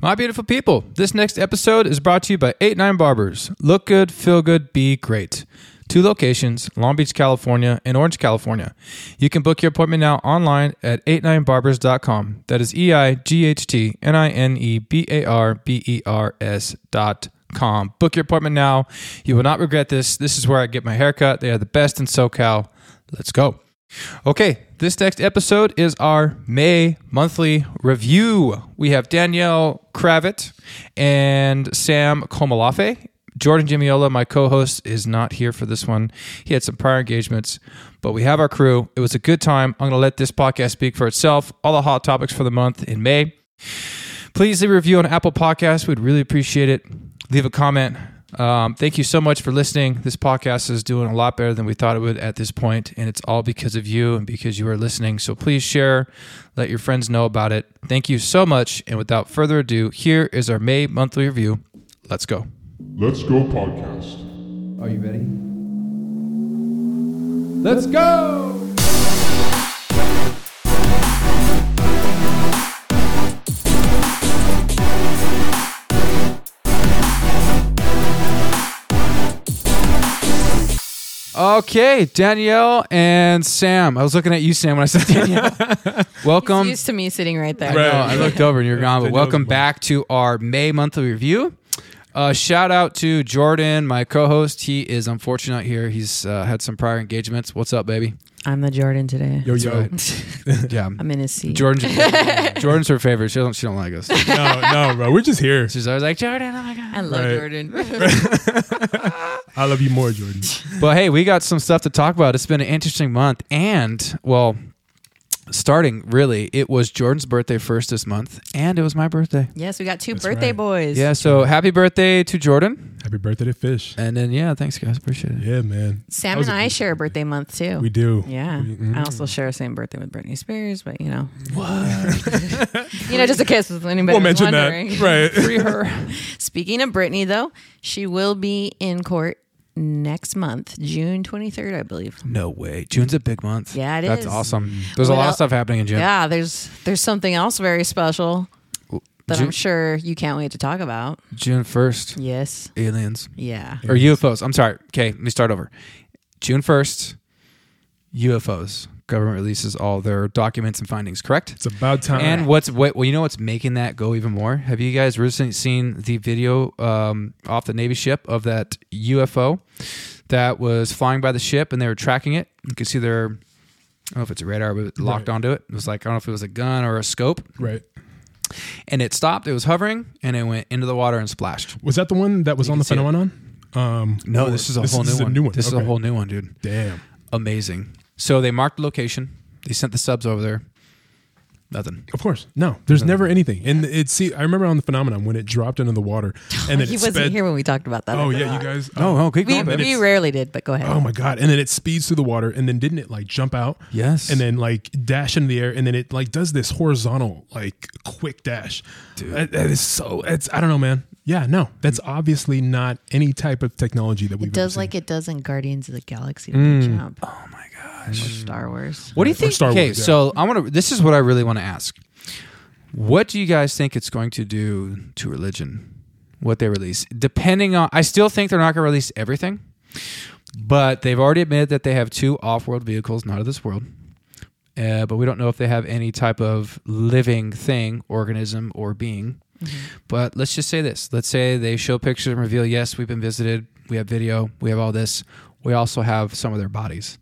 My beautiful people, this next episode is brought to you by 89 Barbers. Look good, feel good, be great. Two locations, Long Beach, California and Orange, California. You can book your appointment now online at 89barbers.com. That is E I G H T N I N E B A R B E R S dot com. Book your appointment now. You will not regret this. This is where I get my haircut. They are the best in SoCal. Let's go. Okay, this next episode is our May monthly review. We have Danielle Kravitz and Sam Komalafe. Jordan Jimiola, my co host, is not here for this one. He had some prior engagements, but we have our crew. It was a good time. I'm going to let this podcast speak for itself. All the hot topics for the month in May. Please leave a review on Apple Podcasts. We'd really appreciate it. Leave a comment. Um, thank you so much for listening. This podcast is doing a lot better than we thought it would at this point, and it's all because of you and because you are listening. So please share, let your friends know about it. Thank you so much. And without further ado, here is our May monthly review. Let's go. Let's Go Podcast. Are you ready? Let's go! Okay, Danielle and Sam. I was looking at you, Sam, when I said Danielle. Um, welcome. He's used to me sitting right there. I know. I looked over and you're gone. But welcome back to our May monthly review. Uh, shout out to Jordan, my co-host. He is unfortunate out here. He's uh, had some prior engagements. What's up, baby? I'm the Jordan today. Yo yo. Yeah, I'm in his seat. Jordan's Jordan's her favorite. She don't she don't like us. no, no, bro. We're just here. She's always like Jordan. Oh my god. I love Right. Jordan. I love you more, Jordan. But hey, we got some stuff to talk about. It's been an interesting month, and well, starting really, it was Jordan's birthday first this month, and it was my birthday. yes, we got two birthday right. boys. Yeah, so happy birthday to Jordan. Happy birthday to Fish. And then yeah, thanks guys, appreciate it. Yeah, man. That Sam was and a I good- share a birthday month too. We do. yeah. We- mm. I also share the same birthday with Britney Spears, but you know. you know, just in case anybody We'll was mention wondering. that. Right. Free her. Speaking of Britney though, she will be in court next month, June 23rd, I believe. No way. June's a big month. Yeah, it it is. That's is. awesome. There's a What lot of el- stuff happening in June. Yeah, there's there's something else very special that Ju- I'm sure you can't wait to talk about. June 1st, Yes. aliens Yeah. or UFOs. I'm sorry. Okay, let me start over. June 1st, UFOs. Government releases all their documents and findings, correct? It's about time. And what's what? Well, you know what's making that go even more. Have you guys recently seen the video um, off the Navy ship of that UFO that was flying by the ship and they were tracking it? You could see their, I don't know if it's a radar, but it locked Right. onto it. It was like I don't know if it was a gun or a scope. right. and it stopped. It was hovering, and it went into the water and splashed. Was that the one that was on can the see it. phenomenon? Um, or- this is A new one. This is Okay. a whole new one, dude. Damn. Amazing. So they marked the location. They sent the subs over there. Nothing. Of course. No, there's never anything. And it see, I remember on the phenomenon when it dropped into the water, and then he it wasn't sped. here when we talked about that. Oh I yeah, forgot. you guys. No, no, keep We, going. babe. we rarely did, but go ahead. Oh my god! And then it speeds through the water, and then didn't it like jump out? Yes. And then like dash into the air, and then it like does this horizontal like quick dash. Dude, that is so. It's I don't know, man. Yeah, no, that's obviously not any type of technology that we've it does ever like it does in Guardians of the Galaxy Mm. jump. Oh my gosh. Or Star Wars. What do you think? Star okay, Wars, yeah. so I want to. This is what I really want to ask. What do you guys think it's going to do to religion? What they release, depending on. I still think they're not going to release everything, but they've already admitted that they have two off-world vehicles, not of this world. Uh, but we don't know if they have any type of living thing, organism, or being. But let's just say this. Let's say they show pictures and reveal, yes, we've been visited. We have video. We have all this. We also have some of their bodies.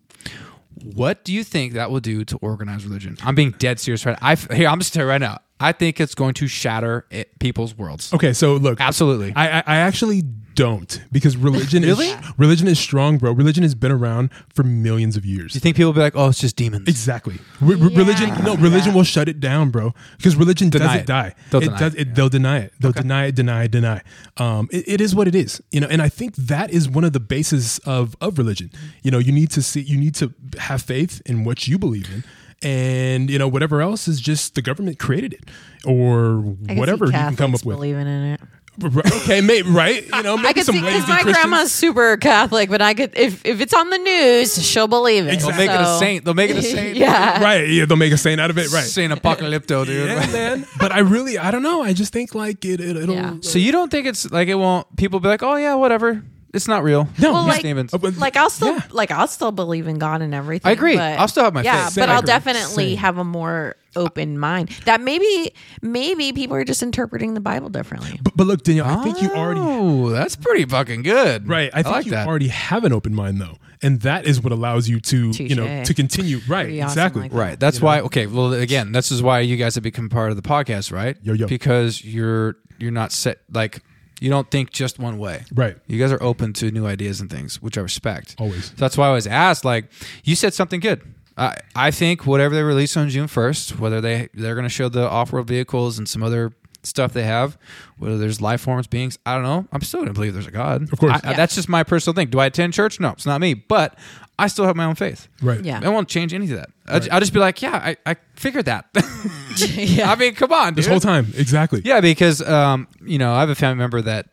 What do you think that will do to organized religion? I'm being dead serious right now. I, here, I'm just telling you right now. I think it's going to shatter it, people's worlds. Okay, so look, Absolutely. I, I I actually don't because religion Really? is religion is strong, bro. Religion has been around for millions of years. do you think people will be like, oh, it's just demons? Exactly. Re- re- Religion, no, religion will shut it down, bro. Because religion Deny doesn't it. die. They'll it deny does. it, It, They'll deny it. They'll deny it. Deny it. Deny. Um, it, it is what it is, you know. And I think that is one of the bases of of religion. You know, you need to see. You need to have faith in what you believe in. And you know whatever else is just the government created it, or I can see whatever you can come Catholics up with. Believing in it. Right, Okay, maybe right. You know, maybe I could some see because lazy my Christians. grandma's super Catholic, but I could if if it's on the news, she'll believe it. They'll make it a So- saint. They'll make it a saint. Yeah. Right, yeah, they'll make a saint out of it. Right. Saint Apocalypto, dude. Yeah, man. But I really, I don't know. I just think like it, it it'll. Yeah. So you don't think it's like it won't? People be like, oh yeah, whatever. It's not real. No, Well, He's like, naming- Uh, but- like I'll still Yeah. like I'll still believe in God and everything. I agree. but- I'll still have my yeah, faith. but I I'll agree. definitely Same. have a more open mind. That maybe maybe people are just interpreting the Bible differently. But, but look, Danielle, I think you already. Oh, that's pretty fucking good. Right, I think like you that. already have an open mind though, and that is what allows you to, you know, Touche. to continue. Right, Pretty awesome exactly. like that. Right. That's why. Okay. Well, again, this is why you guys have become part of the podcast, right? Yo, yo. Because you're you're not set like you don't think just one way. Right. You guys are open to new ideas and things, which I respect. Always. That's why I was asked. Like, you said something good. I I think whatever they release on June first, whether they they're going to show the off-road vehicles and some other stuff they have, whether there's life forms, beings, I don't know. I'm still going to believe there's a God. Of course. I, That's just my personal thing. Do I attend church? No, it's not me. But I still have my own faith. Right. Yeah. I won't change anything of that. I- I'll just be like, yeah, I, I figured that. yeah. I mean, come on, This dude. whole time, exactly. Yeah, because um, you know, I have a family member that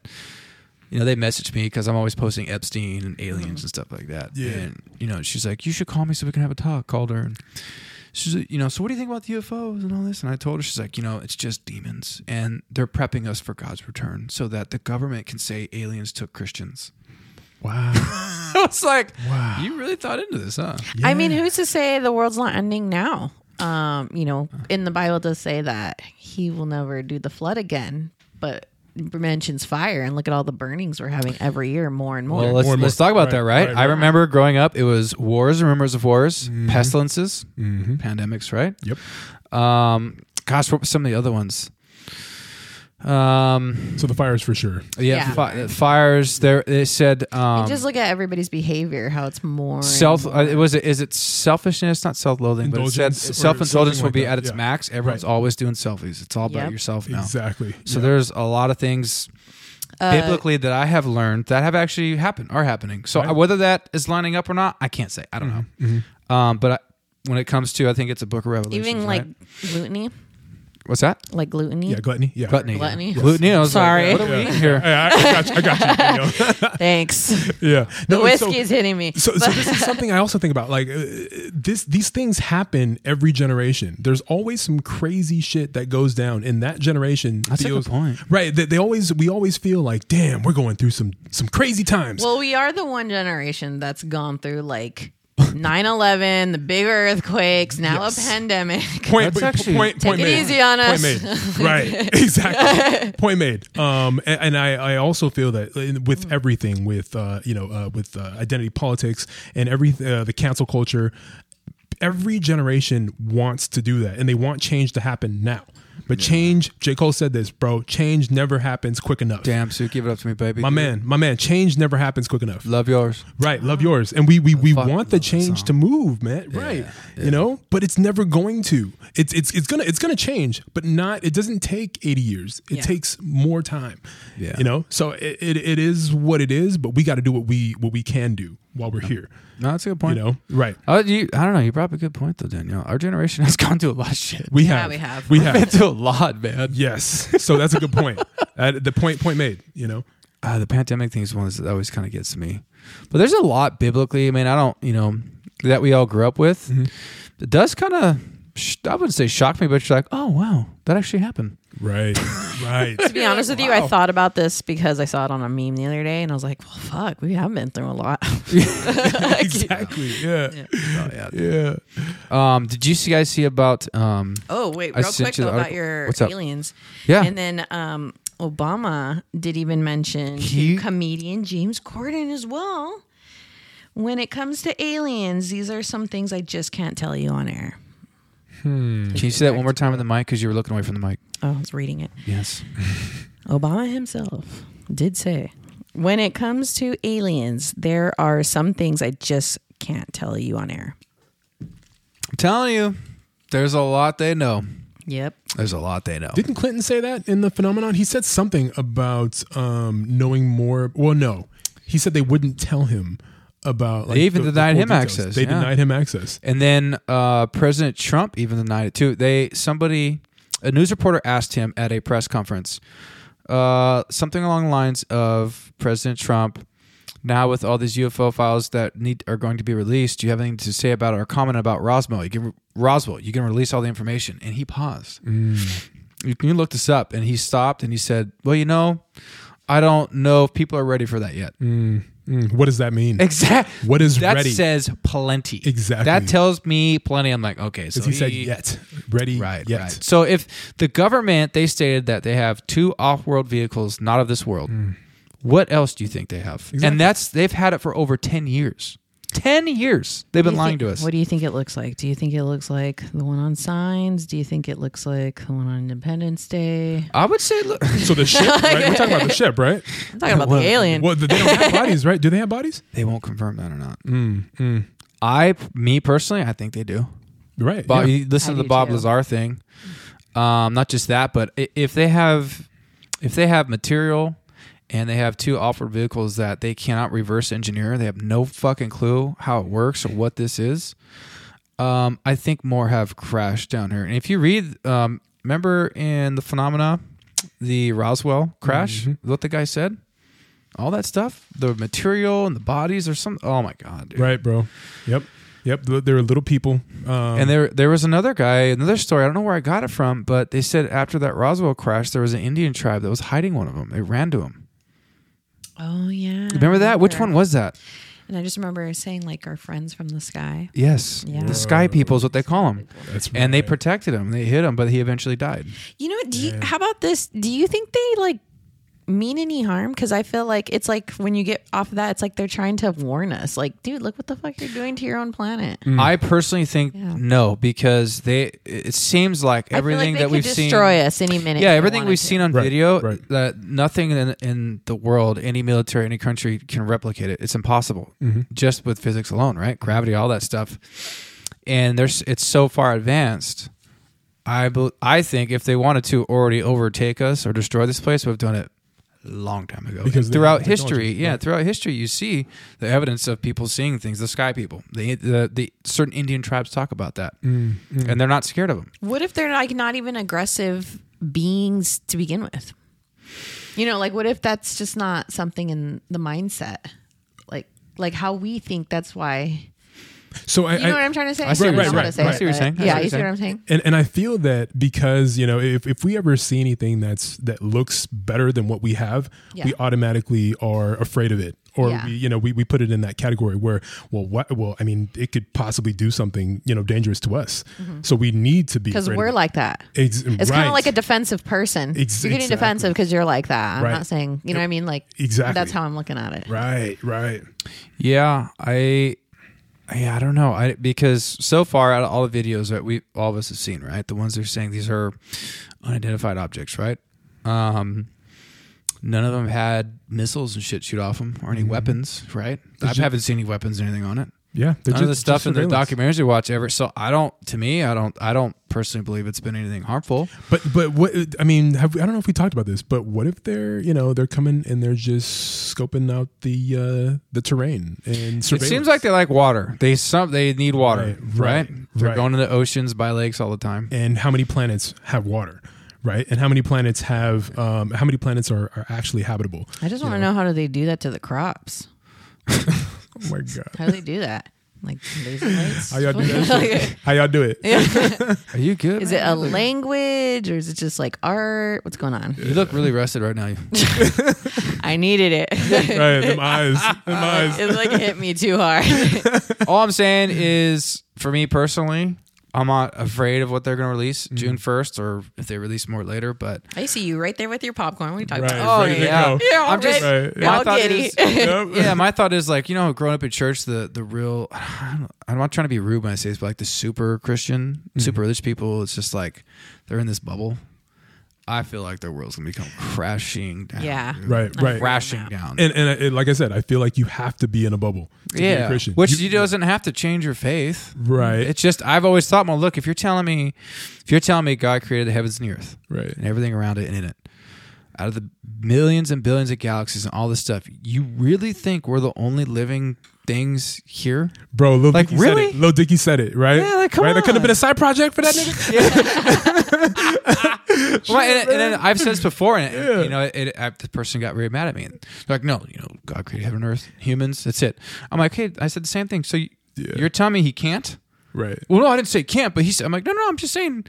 you know they messaged me because I'm always posting Epstein and aliens and stuff like that. Yeah. and you know, she's like, you should call me so we can have a talk. Called her. And She's like, you know, so what do you think about the UFOs and all this? And I told her, she's like, you know, it's just demons, and they're prepping us for God's return, so that the government can say aliens took Christians. Wow. I was like, Wow. you really thought into this, huh? I mean, who's to say the world's not ending now? Um, you know, Uh. in the Bible does say that he will never do the flood again, but mentions fire and look at all the burnings we're having every year more and more. Well, let's, More and let's more. talk about Right, that, right? right, I right. Mm-hmm. remember growing up, it was wars and rumors of wars, pestilences, pandemics, right? Yep. Um, gosh, what were some of the other ones? Um, So the fire is for sure. yeah, Yeah. Fi- uh, fires. There, they said um, just look at everybody's behavior, how it's more and self. more. Uh, it was. Is it selfishness? Not self-loathing, but it said Indulgence or self-indulgence something will like be that, at its yeah. max. Everyone's Right. always doing selfies. It's all about Yep. yourself now. Exactly. So Yeah. there's a lot of things Uh, biblically that I have learned that have actually happened, are happening. So Right. Mm-hmm. whether that is lining up or not, I can't say. I don't know. Um, but I, when it comes to, I think it's a book of Revelation. even like gluttony, what's that? like gluttony. yeah, gluttony. Yeah, Gluttony. Gluttony. Yes. Gluttony. I was like, Sorry. what are we Yeah. eating here? Yeah, I, I got you. I got you. Danielle. Thanks. yeah. the No, and so- whiskey is hitting me. So, so this is something I also think about. Like uh, this, these things happen every generation. There's always some crazy shit that goes down in that generation. That's a good feels- point. right? They, they always, we always feel like, damn, we're going through some some crazy times. Well, we are the one generation that's gone through like 9-11, the big earthquakes, now Yes. a pandemic. point, That's po- actually- point, point it made. easy on us. Point made. Right. exactly. Point made. Um, and, and I, I also feel that uh, in- Mm. with everything, with uh, you know, uh, with uh, identity politics and every uh, the cancel culture, every generation wants to do that, and they want change to happen now. But change, J. Cole said this, bro. Change never happens quick enough. Damn, Sue, give it up to me, baby. My man, my man, change never happens quick enough. Love yours. Right, love yours, and we we, we fucking want the love that change song. to move, man. right, you know, but it's never going to. It's it's it's gonna it's gonna change, but not. It doesn't take eighty years. It Yeah. takes more time. Yeah. you know. So it, it, it is what it is, but we got to do what we what we can do while we're here. No, that's a good point. You know, right? Oh, you, I don't know. You brought up a good point, though, Danielle. Our generation has gone through a lot of shit. We Yeah, have we have. we We've been have through a lot, man. yes. So that's a good point. Uh, the point point made. You know, uh, the pandemic thing is one that always kind of gets to me. But there's a lot biblically. I mean, I don't, you know, that we all grew up with. It does kind of, sh- I wouldn't say shock me, but you're like, oh wow, that actually happened. right, right. to be honest with you, I thought about this because I saw it on a meme the other day, and I was like, "Well, fuck, we have been through a lot." exactly. Yeah. yeah. Oh, Um, did you see- guys see about? Um, Oh wait, I real sent quick you though the about article. your What's up? aliens. Yeah. and then um, Obama did even mention to He- comedian James Corden as well. When it comes to aliens, these are some things I just can't tell you on air. can you say that one more time in the mic because you were looking away from the mic? Oh, I was reading it. Yes. Obama himself did say, when it comes to aliens, there are some things I just can't tell you on air. I'm telling you, there's a lot they know. Yep. There's a lot they know. Didn't Clinton say that in the phenomenon? He said something about um, knowing more. Well, no, he said they wouldn't tell him about. Like, They even denied full him access, They yeah. denied him access. And then uh, President Trump even denied it too. They somebody a news reporter asked him at a press conference, uh, something along the lines of President Trump. Now with all these UFO files that need are going to be released, do you have anything to say about it or comment about Roswell? You can Roswell, you can release all the information. And he paused. You can look this up. And he stopped and he said, "Well, you know, I don't know if people are ready for that yet." Mm, what does that mean? Exactly. What is that ready? says plenty. Exactly. That tells me plenty. I'm like, okay. So As he said, yet ready, Right, Yet. right. So if the government they stated that they have two off-world vehicles, not of this world, Mm. what else do you think they have? And that's they've had it for over ten years. Ten years they've What do been you lying think- to us. What do you think it looks like? Do you think it looks like the one on signs? Do you think it looks like the one on Independence Day? I would say, look, So the ship, right? We're talking about the ship, right? I'm talking about the alien. Well, they don't have bodies, right? Do they have bodies? they won't confirm that or not. Mm, I, me personally, I think they do. Right. Bob, yeah. you listen I to the do Bob too. Lazar thing. Um, not just that, but i- if they have if they have material and they have two off-road vehicles that they cannot reverse engineer, they have no fucking clue how it works or what this is. Um, I think more have crashed down here. And if you read, um, remember in the phenomena, the Roswell crash, Mm-hmm. what the guy said, all that stuff, the material and the bodies or some. Oh my god, dude. Right, bro. Yep. Yep. th- There are little people. Um, And there, there was another guy, another story. I don't know where I got it from, but they said after that Roswell crash, there was an Indian tribe that was hiding one of them. They ran to him. oh yeah. Remember that? Which one was that? And I just remember saying like our friends from the sky. Yes, Yeah. the Sky People is what they call them. Uh, that's And they right. protected him. They hit him, but he eventually died. You know, do you, how about this? Do you think they like mean any harm? Because I feel like it's like when you get off of that, it's like they're trying to warn us. Like, dude, look what the fuck you're doing to your own planet. Hmm. I personally think Yeah. no, because they. It seems like I feel like everything they that could we've seen. destroy us any minute. yeah, if they everything wanted we've to. seen on Right, video right. that nothing in, in the world, any military, any country can replicate it. It's impossible, Mm-hmm. just with physics alone, right? Gravity, all that stuff, and there's it's so far advanced. I bel I think if they wanted to already overtake us or destroy this place, we've done it a long time ago. Because And they throughout have technology, history, yeah, throughout history, you see the evidence of people seeing things. The sky people, the the, the certain Indian tribes talk about that, Mm, and they're not scared of them. What if they're like not even aggressive beings to begin with? You know, like what if that's just not something in the mindset? Like like how we think that's why So I, you know I- what I'm trying to say? I see I what don't you're know how saying. to say I it, see what you're but- saying. I see Yeah, what you you're see what saying. I'm saying? and, and I feel that because you know if, if we ever see anything that's that looks better than what we have, Yeah. we automatically are afraid of it, or Yeah. we, you know we, we put it in that category where well what well I mean it could possibly do something you know dangerous to us, so we need to be Because afraid Mm-hmm. we're of it. like that. Ex- It's kind right. of like a defensive person. Ex- you're getting exactly. defensive because you're like that. I'm Right. not saying, you know what I mean? Like, Exactly. That's how I'm looking at it. right right Yeah, I, yeah, I don't know. I because so far out of all the videos that we all of us have seen, right, the ones they're saying these are unidentified objects, right? Um, none of them had missiles and shit shoot off them or Mm-hmm. any weapons, right? I haven't seen any weapons or anything on it. yeah they're None of the just- stuff just in the surveillance. documentaries we watch ever. So I don't. To me, I don't. I don't personally believe it's been anything harmful. But but what I mean, have we, I don't know if we talked about this, but what if they're you know they're coming and they're just scoping out the uh, the terrain and It surveillance? seems like they like water. They some they need water, Right, right? right, They're right. going to the oceans by lakes all the time. and how many planets have water, right? And how many planets have um, how many planets are, are actually habitable? I just want to know how do they do that to the crops? Oh my god, How do they do that? Like laser lights? how y'all do that? shit? How y'all do it? Are you good? Is it man? a language or is it just like art? What's going on? You look really rested right now. I needed it. Right, them eyes, them eyes. it like hit me too hard. All I'm saying is, for me personally, I'm not afraid of what they're going to release June 1st, or if they release more later. But I see you right there with your popcorn. What are you talking Right, about? ready to go. Oh, Yeah, I'm just. right. Yeah. My All thought giddy. is, yeah, my thought is like you know, growing up in church, the the real. I'm not trying to be rude when I say this, but like the super Christian, super religious people, it's just like they're in this bubble. I feel like their world's gonna become crashing down. Yeah. Right, right. crashing down. And and it, like I said, I feel like you have to be in a bubble to be a yeah, Christian. which you, doesn't have to change your faith. Right. It's just I've always thought, well, look, if you're telling me, if you're telling me God created the heavens and the earth, Right. and everything around it and in it, out of the millions and billions of galaxies and all this stuff, you really think we're the only living things here? Bro, Lil Like, Dicky really? said it. Lil Dicky said it, right? Yeah, like, come right? That could have on. been a side project for that nigga. much. Well, and, and then I've said this before, and it- you know, it, I, the person got really mad at me. And they're like, "No, you know, God created heaven and earth, humans. That's it." I'm like, "Hey, I said the same thing. So you, Yeah. you're telling me he can't? right. Well, no, I didn't say can't, but he said, I'm like, no, no, I'm just saying.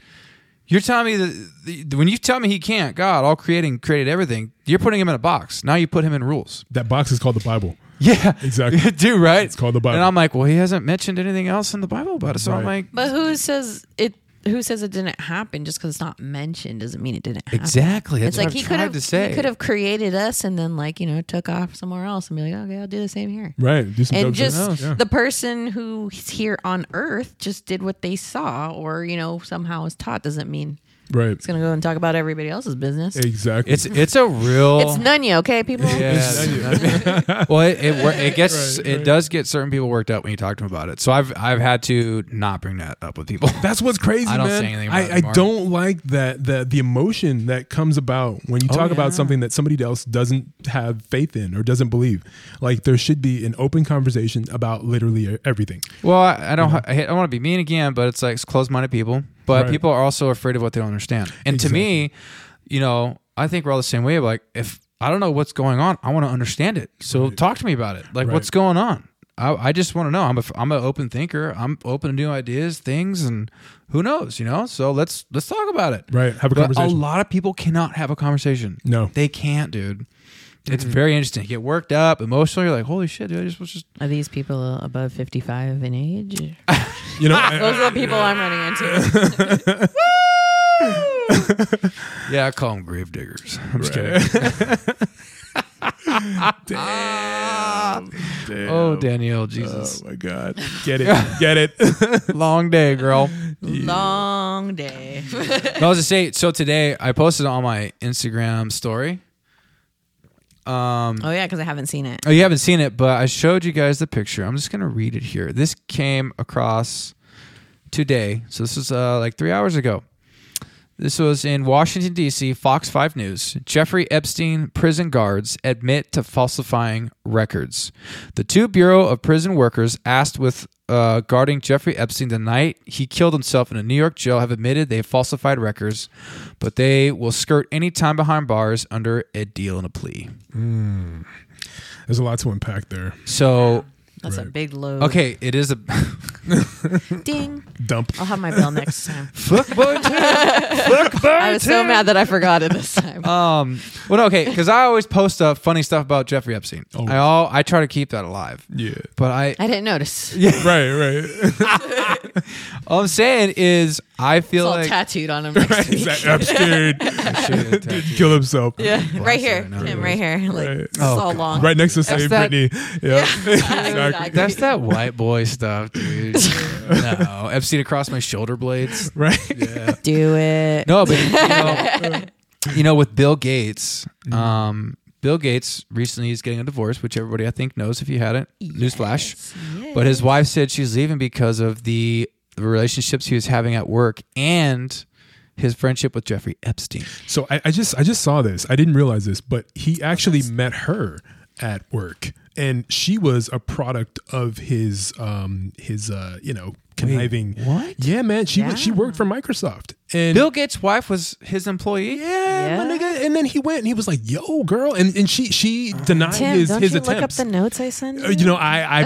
You're telling me that the, when you tell me he can't, God, all creating created everything. You're putting him in a box. Now you put him in rules. That box is called the Bible. Yeah, Exactly. Dude, right? It's called the Bible. And I'm like, well, he hasn't mentioned anything else in the Bible about it. So I'm Right. like, But who says it? Who says it didn't happen? Just because it's not mentioned doesn't mean it didn't happen. exactly. That's It's what like I've he could tried have to say. he could have created us and then like you know took off somewhere else and be like okay I'll do the same here. Right. Do some And dope shit. just Yeah. the person who's here on Earth just did what they saw or you know somehow was taught doesn't mean right. it's gonna go and talk about everybody else's business. Exactly. It's it's a real. It's Nunya, okay, people. Yeah. well, it it, wor- it gets Right, it right. does get certain people worked up when you talk to them about it. So I've I've had to not bring that up with people. That's what's crazy, I don't man. say anything about it I, I anymore. don't like that the the emotion that comes about when you talk Oh, yeah. about something that somebody else doesn't have faith in or doesn't believe. Like there should be an open conversation about literally everything. Well, I, I don't. I, hate- I want to be mean again, but it's like it's closed-minded people. But Right. people are also afraid of what they don't understand. And Exactly. to me, you know, I think we're all the same way. Like, if I don't know what's going on, I want to understand it. So talk to me about it. Like, Right. what's going on? I, I just want to know. I'm a, I'm an open thinker. I'm open to new ideas, things, and who knows, you know. So let's let's talk about it. Right. Have a But a conversation. lot of people cannot have a conversation. No. they can't, dude. It's very interesting. You get worked up emotionally. You're like, holy shit, dude! I just was just Are these people above fifty five in age? You know, I- Those are the people I'm running into. yeah. I call them grave diggers. I'm just kidding. Damn. Damn. Oh, Danielle, Oh Jesus. my God. Get it. Get it. Long day, girl. Long day. No, I was just say so today I posted on my Instagram story. Um, oh yeah, because I haven't seen it. Oh, you haven't seen it, but I showed you guys the picture. I'm just gonna read it here. This came across today. So this is uh, like three hours ago. This was in Washington, D.C., Fox 5 News. Jeffrey Epstein prison guards admit to falsifying records. The two Bureau of Prison Workers asked with uh, guarding Jeffrey Epstein the night he killed himself in a New York jail have admitted they falsified records, but they will skirt any time behind bars under a deal and a plea. There's a lot to unpack there. So, That's a Right. big load. okay, it is a. Ding. Dump. I'll have my bell next time. Fuckboy I was so mad that I forgot it this time. Uh, Um, well, okay, because I always post uh, funny stuff about Jeffrey Epstein. Always. I all, I try to keep that alive. Yeah. But I, I didn't notice. Right, right. all I'm saying is, I it's feel all like tattooed on him next week. Exactly. I'm scared. Shit, tattoo. Kill himself. Yeah, right here, right now. him right here. Like Right. it's Oh, all God. long. Right next to Save that- Britney. Yeah. exactly. that's that white boy stuff, dude. no, Epstein across my shoulder blades. Right. Do it. No, but you know, you know, with Bill Gates, Mm-hmm. um, Bill Gates recently is getting a divorce, which everybody I think knows if you hadn't. Newsflash. But his wife said she's leaving because of the the relationships he was having at work and his friendship with Jeffrey Epstein. So I, I just I just saw this. I didn't realize this, but he actually met her at work, and she was a product of his um his uh you know conniving. what? Yeah, man. She was she worked for Microsoft, and Bill Gates' wife was his employee. yeah, my Yeah. nigga. And then he went and he was like, "Yo, girl," and and she she denied Tim, his don't his you attempts. look up the notes I sent? Uh, you know, I I,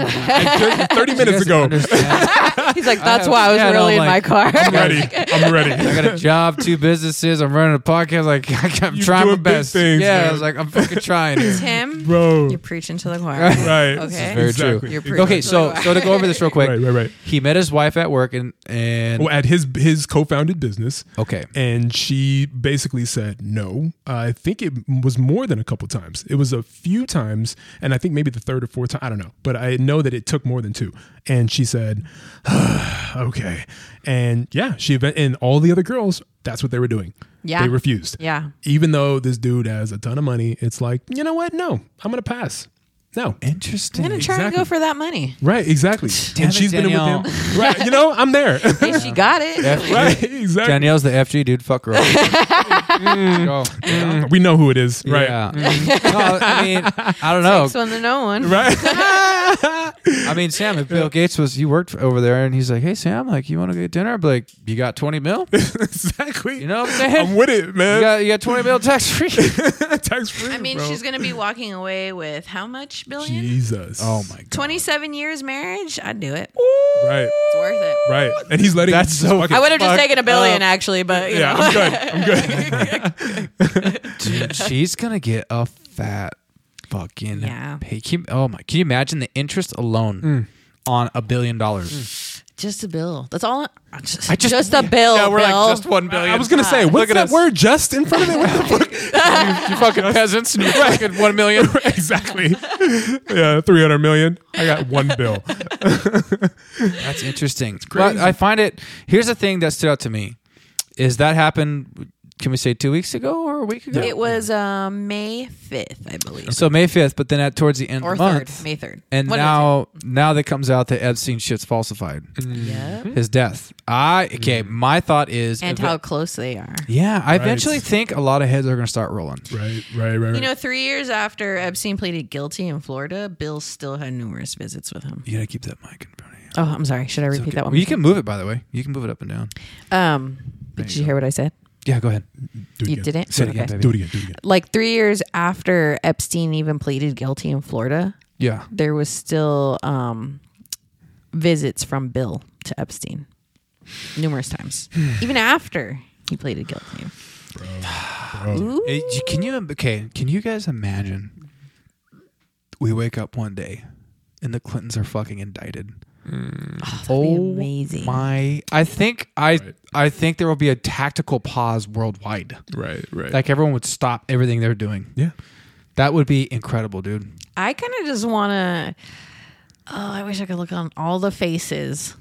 I thirty minutes ago. He's like, that's have- why I was yeah, no, really in like- my car. I'm ready. I'm ready. I got a job, two businesses. I'm running a podcast. Like I'm You're trying my doing big best. things, yeah, man. I was like, I'm fucking trying. here. Tim, Bro. you're preaching to the choir. Right. Okay. This is Very Exactly. true. You're pretty okay, much so right. so to go over this real quick, Right, right, right. he met his wife at work and and Well, at his his co-founded business. okay, and she basically said no. I think it was more than a couple times. It was a few times, and I think maybe the third or fourth time. I don't know, but I know that it took more than two. And she said, "Okay," and yeah, she event- and all the other girls. That's what they were doing. Yeah. they refused. Yeah. even though this dude has a ton of money, it's like you know what? No, I'm gonna pass. No. interesting. I'm gonna try and Exactly. go for that money. Right, exactly. Damn and it, she's been Danielle. with him. Right, you know, I'm there. Hey, she got it. F- right, exactly. Danielle's the FG dude. Fuck her. up. Go. Yeah. We know who it is, Mm. right? Mm. Yeah. No, I mean, I don't know. Next one to no one. Right? I mean, Sam, if Bill Gates was, he worked over there, and he's like, "Hey, Sam, like, you want to get dinner?" I'd be like, "You got twenty mil? You exactly. know what I'm saying? I'm with it, you man. got you got twenty mil tax free." Tax free. I mean, she's going to be walking away with how much billion? Jesus. oh my god, 27 years marriage? I'd do it. Right. It's worth it. Right. And he's letting. That's so fucking- I would have just Fuck Oh. taken a billion, actually, but you Yeah, know. I'm good. I'm good. dude, she's gonna get a fat fucking Yeah. pay. Can you- oh my, can you imagine the interest alone Mm. on a billion dollars? Just a bill. That's all. I just, I just- a bill. Yeah, we're Bill. like just one billion. I was gonna say, Look what's at that us. word "just" in front of it? What the fuck? you fucking peasants, and you fucking one million. exactly. Yeah, three hundred million. I got one bill. That's interesting. crazy. But I find it. Here's the thing that stood out to me: is that happened? Can we say two weeks ago or a week ago? It was um, May 5th, I believe. So May fifth, but then at towards the end Or of the month, 3rd. May 3rd. and What is now now that comes out that Epstein shit's falsified. it? Yep. His death. I okay. My thought is And if it- how close they are. yeah. I eventually think a lot of heads are gonna start rolling. Right, right, right. right. You know, three years after Epstein pleaded guilty in Florida, Bill still had numerous visits with him. You gotta keep that mic in front of you. Oh, I'm sorry. Should I repeat that Well, one? you can move it by the way. You can move it up and down. um, did you, hear what I said? Yeah, go ahead. do it You again. didn't? Say it again, Okay. baby. Do it again. Do it again. Like three years after Epstein even pleaded guilty in Florida, Yeah. there was still um, visits from Bill to Epstein numerous times, even after he pleaded guilty. Ooh. Hey, you- can you okay? Can you guys imagine? We wake up one day, and the Clintons are fucking indicted. Oh be amazing. My, I think I, I think there will be a tactical pause worldwide. Right, right. Like everyone would stop everything they're doing. yeah. That would be incredible, dude. I kind of just want to. Oh, I wish I could look on all the faces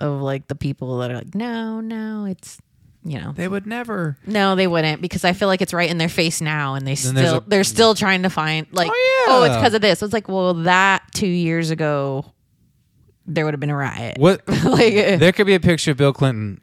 of like the people that are like, no, no, it's you know, They would never. no, they wouldn't because I feel like it's right in their face now, and they there's still a- Mm. they're still trying to find like, Oh, oh, yeah. it's because of this. It's like, well, that two years ago, there would have been a riot. What? like, eh, there could be a picture of Bill Clinton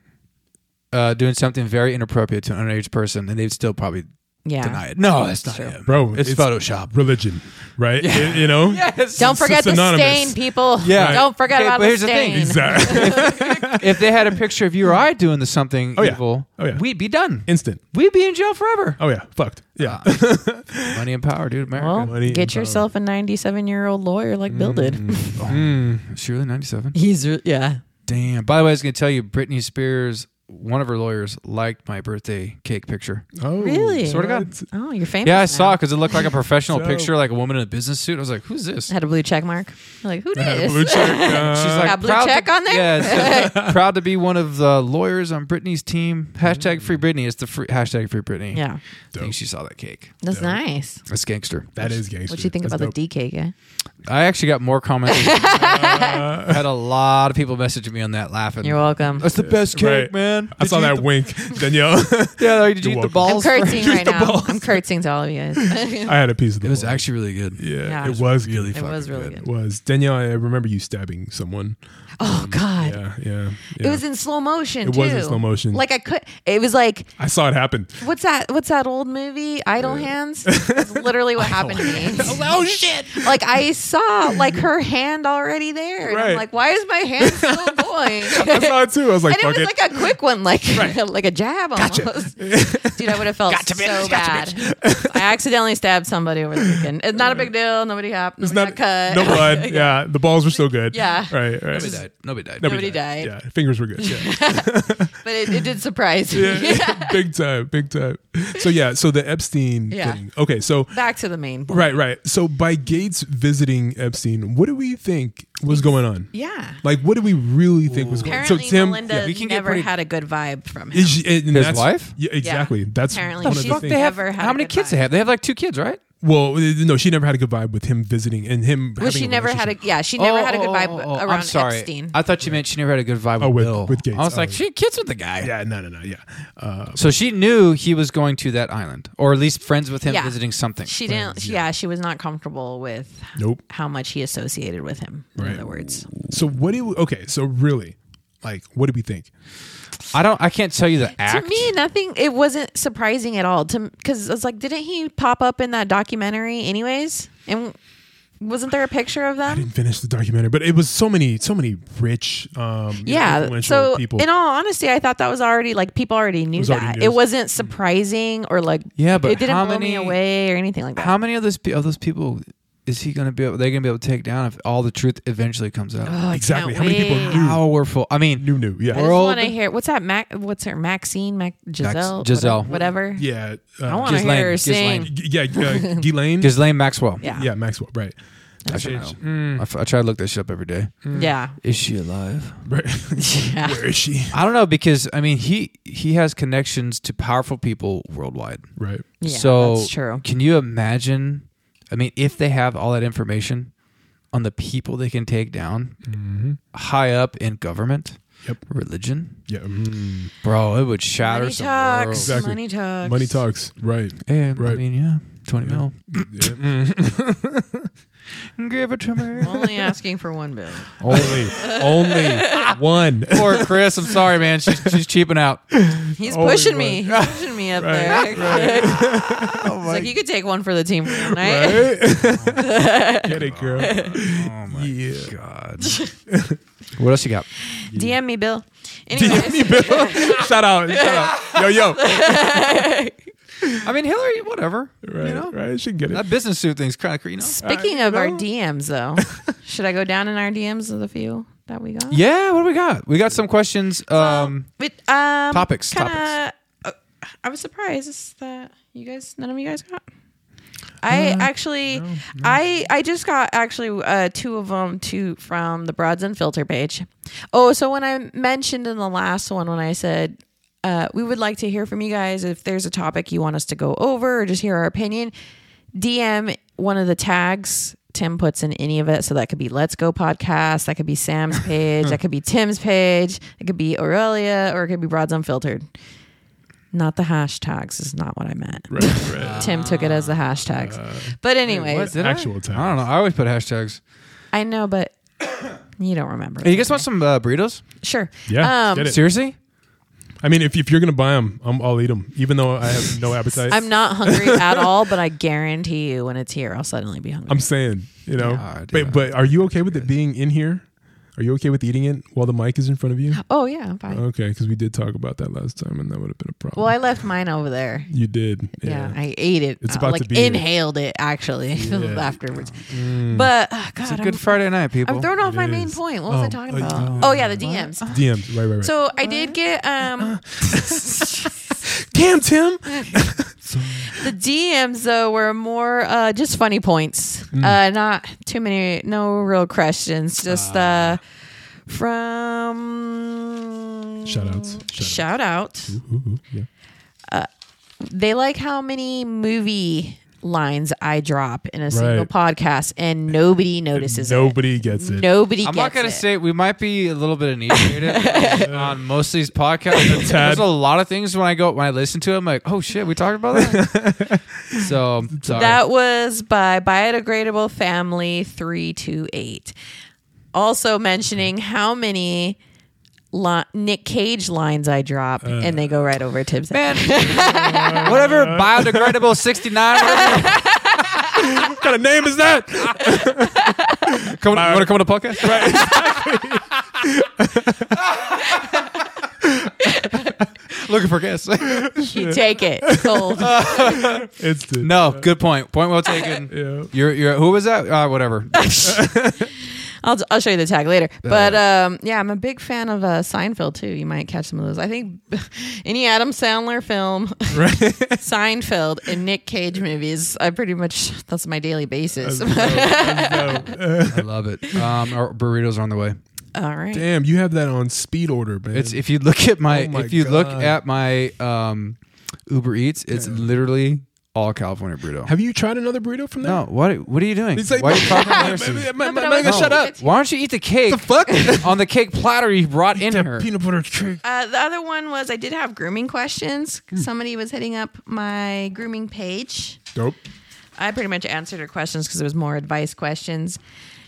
uh, doing something very inappropriate to an underage person, and they'd still probably yeah. deny it. No, that's not him, Bro, It's, it's- Photoshop. Religion, right? You- you know. Don't forget the synonymous. stain, people. Yeah. Don't forget Okay, about but the here's the thing. stain. Exactly. if they had a picture of you or I doing the something Oh, yeah. evil, Oh, yeah. we'd be done. Instant. we'd be in jail forever. Oh yeah. Fucked. Yeah. Ah. Oh. Money and power, dude. America. Well, Money and get power. yourself a 97 year old lawyer like Bill did. Mm. Is she really 97? He's, re- yeah. Damn. By the way, I was going to tell you, Britney Spears, one of her lawyers, liked my birthday cake picture. Oh, Really? Swear to God. Oh, you're famous. Yeah, I now. saw it because it looked like a professional So- picture, like a woman in a business suit. I was like, who's this? Had a blue check mark. Like, who Had a this? blue check, uh, She's like, Got blue proud check to, on there? Yeah, it said, proud to be one of the lawyers on Britney's team. Hashtag free Mm. Britney. It's the free, hashtag free Britney. yeah, I think she saw that cake. that's nice. That's gangster. that is gangster. What do you think That's dope. about the DK guy? I actually got more comments. I had a lot of people messaging me on that laughing. You're welcome. That's the best cake, Right. man. I Did saw you that eat wink, Danielle. The, yeah, like, did you You're eat the welcome. balls? I'm curtsying right the now. balls. I'm curtsying to all of you guys. it I had a piece of the. It was ball. actually really good. Yeah, Yeah. it was really. It was really good. It was Danielle. I remember you stabbing someone. Oh God. Yeah, yeah. It yeah. was in slow motion. It was in too. slow motion. Like I could. It was like I saw it happen. what's that? What's that old movie? Idle Hands. That's literally what happened to me. Oh shit! like I saw like her hand already there. And I'm Right. like, why is my hand still going? I saw it too. I was like, and it fuck was it. like a quick one, like like a jab almost. Dude, I would have felt Gotcha, so bitch, bad. gotcha, I accidentally stabbed somebody over the weekend. It's not a big deal. Nobody happened. it's Nobody not got cut. no blood. yeah, the balls were still good. Yeah. right, right. Nobody died. Nobody died. Nobody died. Yeah, fingers were good. Yeah. but it, it did surprise me. Yeah. big time, big time. So yeah, so the Epstein Yeah. thing. Okay, so Back to the main. point. right, right. So by Gates visiting Epstein, what do we think was going on? Yeah. Like, what do we really think was going on? Apparently, so Tim, Melinda we can get never pretty- had a good vibe from him. is she- and that's- wife? Yeah, exactly. That's Apparently one she's of the Fuck, things. they have, Never had how a many good kids vibe. they have? They have like two kids, right? well, uh, no, she never had a good vibe with him visiting and him. Well, she never had a yeah. She never Oh, had a good oh, vibe oh, oh, around I'm sorry. Epstein. I thought you meant she never had a good vibe with, with- Bill. with Gates. I was Oh, like, yeah. she had kids with the guy. Yeah, no, no, no. Yeah, uh, So she knew he was going to that island, or at least friends with him Yeah. visiting something. she didn't. Yeah. she was not comfortable with nope. how much he associated with him. In Right. other words, So what do you? Okay, so really, Like, what do we think? I don't. I can't tell you the act. To me, nothing. It wasn't surprising at all. To because I was like, didn't he pop up in that documentary anyways? And wasn't there a picture of I them? didn't finish the documentary, but it was so many, so many rich, um, you know, Yeah. influential So people. in all honesty, I thought that was already like people already knew was that. already news. It wasn't surprising or like Yeah, but it didn't how blow many- me away or anything like that. How many of those pe- of those people is he going to be? Able, they're going to be able to take down if all the truth eventually comes out. Oh, I exactly. can't How many people wait. knew? Powerful. I mean, New, new, I yeah, just World- want to hear what's that Mac? What's her Maxine? Mac Giselle? Giselle. Whatever. yeah, uh, I want to Ghislaine, hear her Ghislaine. sing. G- yeah, uh, Ghislaine. Ghislaine Maxwell. Yeah. yeah, Maxwell, right, Mm, I, should know. I f- I try to look that shit up every day. Yeah. Is she alive? right. Yeah. Where is she? I don't know because I mean he he has connections to powerful people worldwide. Right. Yeah, so that's true. Can you imagine? I mean, if they have all that information on the people they can take down, high up in government, Yep. religion, Yeah. mm, bro, it would shatter Money some talks. worlds. Exactly. Money talks. Money talks. Right. And I Right. mean, yeah, twenty Yeah. mil. Yeah. mm. Give it to I'm me. Only asking for one bill. only, only one. Poor Chris. I'm sorry, man. She's she's cheaping out. He's Only pushing one. me. He's pushing me up Right, there. It's like you could take one for the team for tonight. Right? Get it, girl. Oh my Yeah. god. what else you got? DM me, Bill. DM Anyways, me, Bill. shout out. Shout out. Yo, yo. I mean, Hillary, whatever. Right. You know? Right. She can get it. That business suit thing's kind of, you know. speaking Uh, of our no. DMs, though, should I go down in our DMs of the few that we got? Yeah, what do we got? We got some questions. Um, With, um, Topics, Kinda, uh, I was surprised that you guys, none of you guys got. I actually, I I just got actually uh, two of them two from the Broads and Filter page. Oh, so when I mentioned in the last one when I said uh, we would like to hear from you guys if there's a topic you want us to go over or just hear our opinion, DM one of the tags Tim puts in any of it. So that could be Let's Go Podcast, that could be Sam's page, that could be Tim's page, it could be Aurelia, or it could be Broads Unfiltered. Not the hashtags is not what I meant. Right, right. Uh, Tim took it as the hashtags. but anyway, what? Did I? Actual time. I don't know. I always put hashtags. I know, but you don't remember. Hey, you guys want some uh, burritos? Sure. Um, Yeah, get it. Seriously? I mean, if, if you're gonna buy them, i I'll eat them, even though I have no appetite. I'm not hungry at all, but I guarantee you when it's here, I'll suddenly be hungry. I'm saying, you know. Yeah, dude. but but are you okay with it being in here? Are you okay with eating it while the mic is in front of you? oh, yeah, I'm fine. Okay, because we did talk about that last time, and that would have been a problem. well, I left mine over there. you did. Yeah, I ate it. It's Uh, about to like be- inhaled it actually Yeah. Mm. afterwards. But oh, It's a God, I'm, good Friday night, people. I'm thrown off It my main is. point. What was Oh, I talking oh, about? oh, Oh yeah, the DMs. DMs. Right, right, right. So I did get um damn, Tim. the DMs though were more uh just funny points. Mm. Uh not too many no real questions. Just Ah. uh, from Shout outs. Mm. Shout Shout out. outs. Ooh, ooh, yeah. they like how many movie lines I drop in a single podcast, and nobody notices Nobody gets it. it. Nobody. I'm not gets gonna it. say we might be a little bit inebriated on most of these podcasts. There's- Tad. There's a lot of things when I go when I listen to it, I'm like, oh shit, we talked about that. so I'm sorry. that was by Biodegradable Family three two eight. Also mentioning how many li- Nick Cage lines I drop, and they go right over Tim's head. Uh. Man, whatever biodegradable 69 whatever. what kind of name is that? Come, you want to come on a podcast looking for guests You take it cold. It's the no good point point well taken Yeah. You're, you're, who was that? Uh, whatever. I'll, I'll show you the tag later. But um, yeah, I'm a big fan of uh, Seinfeld too. You might catch some of those. I think any Adam Sandler film, Seinfeld, and Nick Cage movies. I pretty much that's my daily basis. No, no. I love it. Um, our burritos are on the way. All right. Damn, you have that on speed order, man. It's if you look at my, Oh my if you look God. at my um, Uber Eats, it's literally all California burrito. have you tried another burrito from there? no, what what are you doing? It's like, Why are you talking Man, about yours? man, man, No, but I man, was- shut up. Why don't you eat the cake Fuck. on the cake platter you brought in That here? peanut butter cake. Uh, the other one was I did have grooming questions. Somebody was hitting up my grooming page. Dope. I pretty much answered her questions because it was more advice questions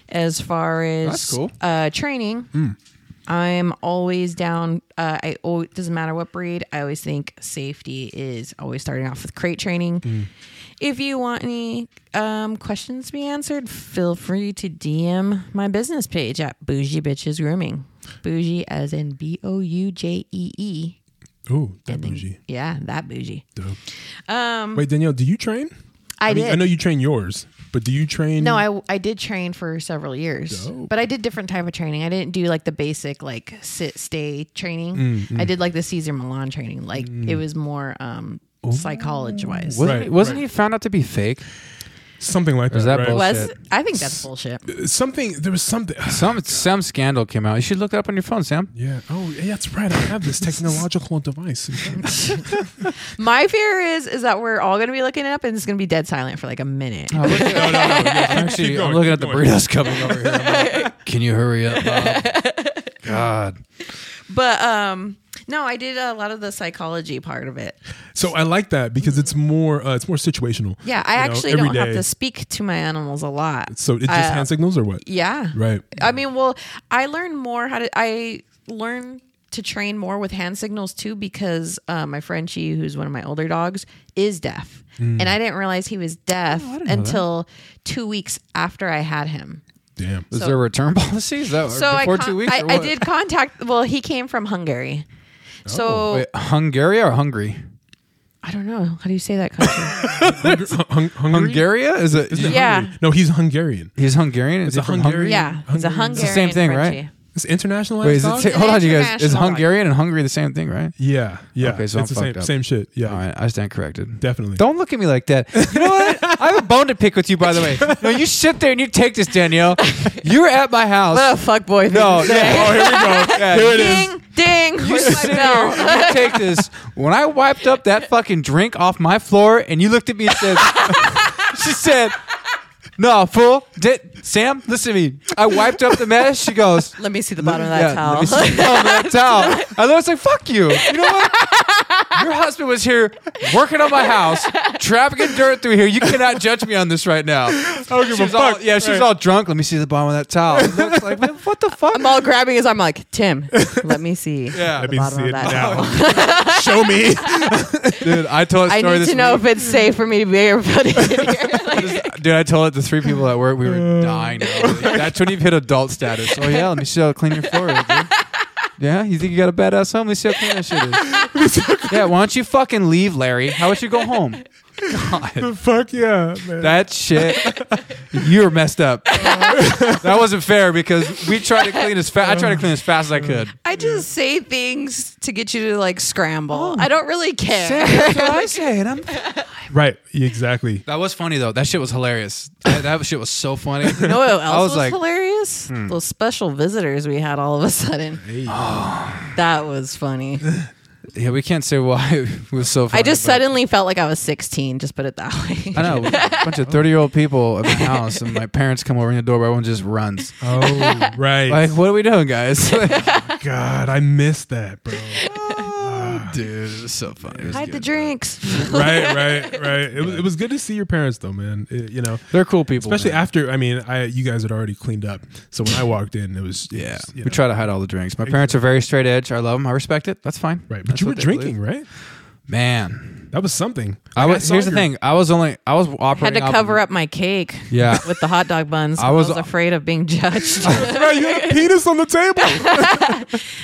as far as That's cool. uh, training. I'm always down. Uh, I always, doesn't matter what breed. I always think safety is always starting off with crate training. If you want any um, questions to be answered, feel free to DM my business page at Bougie Bitches Grooming. Bougie as in B O U J E E. Oh, that bougie. Yeah, that bougie. Dope. Um, Wait, Danielle, do you train? I, mean, did. I know you train yours, but do you train? No, I I did train for several years, but I did different type of training. I didn't do like the basic like sit stay training. Mm, I did like the Caesar Milan training. Like it was more um psychology wise. Wasn't, Right, wasn't right. he found out to be fake? something like that. Is that right? bullshit? Was I think that's bullshit. Uh, Something. There was something. Some some scandal came out. You should look it up on your phone, Sam. Yeah. Oh, yeah, that's right. I have this technological device. My fear is is that we're all gonna be looking it up and it's gonna be dead silent for like a minute. Oh, look at- oh, no, no, yeah, Actually, going, I'm looking keep at the going. burritos coming over here. I'm like, Can you hurry up, Bob? God. But um no, I did a lot of the psychology part of it. So I like that because it's more uh, it's more situational. Yeah, I You know, actually every don't have day. to speak to my animals a lot. So it's just Uh, hand signals or what? Yeah. Right. I mean, well, I learned more how to. I learned to train more with hand signals too because uh, my friend she, who's one of my older dogs, is deaf, Hmm. and I didn't realize he was deaf Oh, until two weeks after I had him. Damn. Is So- there a return policy? Is that So I, before con- two weeks? I, or I what? Oh, did contact. Well, he came from Hungary. So Wait, Hungary or Hungary? I don't know how do you say that country? Hung- hung- Hungary? Hungary is it? Isn't it Yeah. Hungary? No, he's Hungarian. He's Hungarian. Is It's a he from Hungary? Hungarian- yeah, he's a Hungarian. the same thing, right? Frenchie. It's international. Wait, is dog? it? oh. Hold on, you guys. Is International dog. Hungarian and Hungary the same thing, right? yeah. Yeah. Okay, so it's I'm the same fucked up. same shit. Yeah. All right, I stand corrected. Definitely. Don't look at me like that. You know what? I have a bone to pick with you, by the way. No, you sit there and you take this, Danielle. You're at my house. What a fuck boy. No, no. Oh, here we go. Yeah. Here it is. Ding, ding. You Where's my sit there bell? and you take this. When I wiped up that fucking drink off my floor and you looked at me and said, she said, no, fool. Did, Sam, listen to me. I wiped up the mess. She goes, Let me see the bottom of that yeah, towel. Let me see the bottom of that towel. And I was like, fuck you. You know what? Your husband was here working on my house, trafficking dirt through here. You cannot judge me on this right now. don't give She a was all, fuck. yeah, she was Right. all drunk. Let me see the bottom of that towel. And I was like, "Man, what the fuck? I'm all grabbing his arm like, Tim, let me see. Yeah. the Let me bottom see of it that now. towel. Show me. Dude, I told a I story need this to know week. if it's safe for me to be here putting it here. Like, Dude, I told it to three people at work. We were dying. That's when you hit adult status. Oh yeah, let me see how clean your floor is. Dude. Yeah, you think you got a badass home? Let me see how clean that shit is. yeah, why don't you fucking leave, Larry? How about you go home? God, Fuck yeah, man. that shit. You were messed up. that wasn't fair because we tried to clean as fast. I tried to clean as fast as I could. I just say things to get you to like scramble. I don't really care. That's what I said. I'm right. Exactly. that was funny though. That shit was hilarious. That, that shit was so funny. You know what else I was was, like- hmm. hilarious? Those special visitors we had all of a sudden. That was funny. Yeah, we can't say why it was so funny. I just but- suddenly felt like I was 16. Just put it that way. I know a bunch of thirty-year-old people at my house, and my parents come over in the door. but Everyone just runs. Oh, right. Like, what are we doing, guys? God, I missed that, bro. Dude, it was so funny. It was Hide the good. drinks. right, right, right. It was, it was good to see your parents though, man. It- you know, They're cool people, especially man. after. I mean, I you guys had already cleaned up, so when I walked in, it was it Yeah, was, you we know, try to hide all the drinks. My parents are very straight edge. I love them. I respect it. That's fine. Right, but That's you were what they believe. drinking, right? man. That was something. I Like, was. saw Here's the your- thing. I was only. I was Had operating. to cover up my cake. Yeah. With the hot dog buns. I I was, was- afraid of being judged. Right, you had a penis on the table.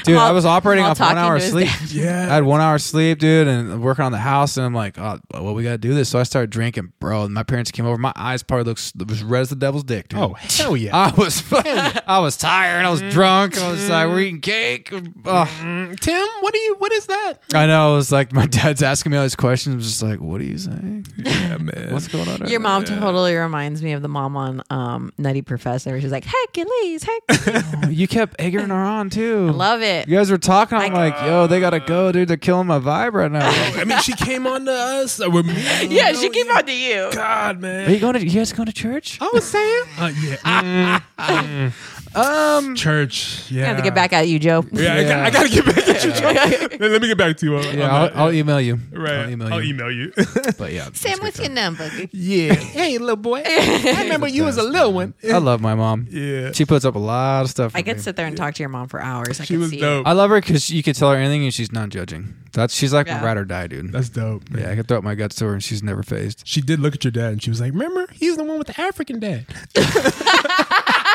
dude. I while- was operating while off one talking hour to his sleep. I yeah, had one hour sleep, dude, and working on the house, and I'm like, oh, well, we got to do this. So I started drinking, bro. And my parents came over. My eyes probably looked was red as the devil's dick, dude. Oh hell yeah! I was I was tired. I was Mm-hmm. drunk. I was like, we're eating cake. Ugh. Tim, what are you? What is that? I know. It was like my dad's asking me all these questions. I'm just like, what are you saying? Yeah, man. What's going on? right Your now? mom totally reminds me of the mom on um, Nutty Professor. She's like, Hercules, Hercules. You kept egging her on too. Love it. Uh. You guys were talking. I'm like, yo, they gotta go, dude. They're killing my vibe right now. I mean, she came on to us. Or me, Yeah, she came out to you. God, Are man. you going to? You guys going to church? I was saying, uh, yeah, Mm. Um, church. Yeah, I have to get back at you, Joe. Yeah, I, got, I gotta get back at you. Joe. Let me get back to you. On, on yeah, I'll, that. I'll email you. Right. I'll email email you. I'll email you. But yeah, it's Sam, a good what's your time. number? yeah. Hey, little boy. I remember you was a little one. I love my mom. Yeah. she puts up a lot of stuff. I for could me. sit there and talk to your mom for hours. I She could was see it. dope. I love her because you could tell her anything and she's not judging. That's she's like my Yeah. ride or die dude. That's dope. man. yeah, I could throw up my guts to her and she's never phased. She did look at your dad and she was like, Remember, he's the one with the African dad.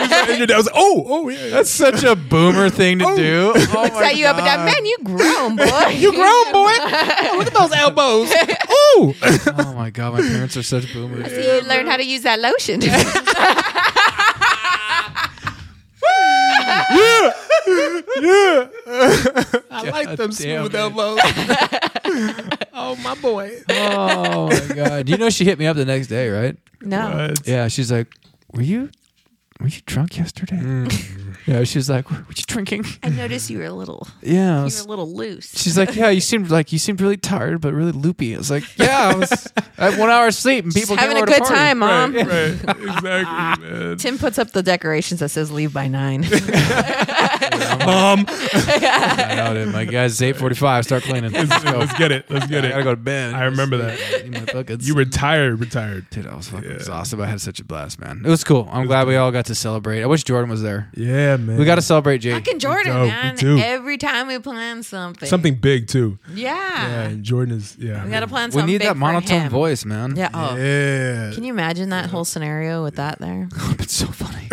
and your dad was like, Oh, oh, yeah. yeah." That's such a boomer thing to do. Oh Looks at you up and down. Man, you grown, boy. you grown boy. Oh, look at those elbows. Ooh. Oh my god, my parents are such boomers. you learn how to use that lotion. I like them damn smooth it. elbows. oh, my boy. Oh my god. You know she hit me up the next day, right? no. Yeah, she's like, "Were you were you drunk yesterday?" Yeah, she's like, "Were were you drinking?" I noticed you were a little Yeah. I you was- were a little loose. she's like, "Yeah, you seemed like you seemed really tired but really loopy." I was like, "Yeah, I was I had 1 hour of sleep and people having came over to a good party." time, mom. Right, exactly, man. Tim puts up the decorations that says "Leave by 9. Mom, I know, dude. My guys, it's 8:45, start cleaning. Let's go. let's get it. Let's get I it. got to go to bed. I remember that. Need my buckets. You retired, retired. Dude, I was fucking exhausted, but I had such a blast, man. It was cool. I'm glad we all got to celebrate. I wish Jordan was there. Yeah, man. We got to celebrate Jake. Fucking Jordan, dope, we man. do. Every time we plan something. something big, too. Yeah. Yeah, and Jordan is, yeah. We gotta plan Uh-huh. We something. need big that for monotone him. voice, man. Yeah. Oh. Yeah. Can you imagine that whole scenario with that there? It's so funny.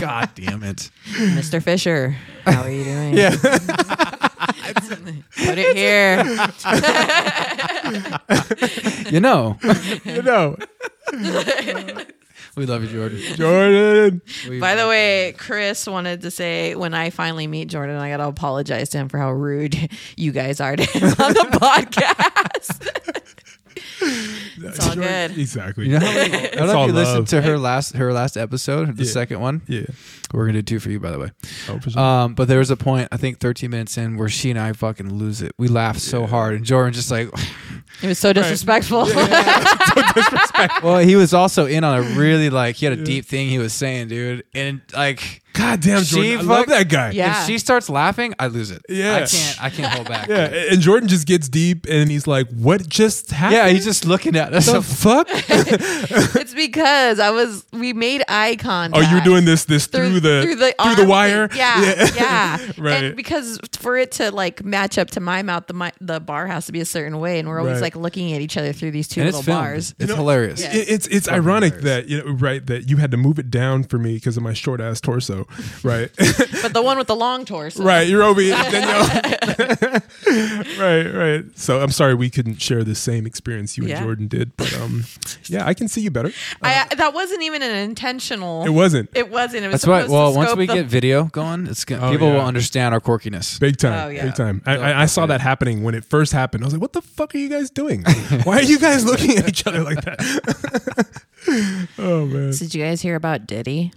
God damn it. Mr. Fisher, how are you doing? Yeah. Put it here. You know, You know, we love you, Jordan. Jordan. We- By the way, Chris wanted to say when I finally meet Jordan, I got to apologize to him for how rude you guys are to him on the podcast. it's all Jordan- good. Exactly. you know, how many- I don't know all if you listened love. to her last her last episode, the Yeah. second one. Yeah. We're gonna do two for you, by the way. Oh, for sure. Um, but there was a point, I think, 13 minutes in, where she and I fucking lose it. We laughed so hard, and Jordan just like, It was so disrespectful. well, he was also in on a really like he had a deep thing he was saying, dude, and like. God damn, She Jordan. I fuck- love that guy. Yeah. If she starts laughing, I lose it. Yeah. I can't. I can't hold back. Yeah. And Jordan just gets deep and he's like, what just happened? Yeah, he's just looking at us. the fuck? it's because I was we made eye Oh, contact. you're doing this this through, the through the, arm thing. wire. Yeah, yeah. Right. And because for it to like match up to my mouth, the mi- the bar has to be a certain way, and we're always Right. like looking at each other through these two and it's little filmed. bars. It's hilarious. Yeah. It- it's it's ironic that you know right that you had to move it down for me because of my short ass torso, right? But the one with the long torso. right, you're over here, Danielle. right, right. So I'm sorry we couldn't share the same experience you Yeah. and Jordan did, but um, yeah, I can see you better. I, that wasn't even an intentional. It wasn't It wasn't. It was That's why. supposed to Well, once scope we the- get video going, it's gonna, people Oh, yeah. will understand our quirkiness. big time, Oh, yeah. big time. I, I, I saw that happening when it first happened. I was like, what the fuck are you guys doing? Why are you guys looking at each other like that? oh man, Did you guys hear about Diddy?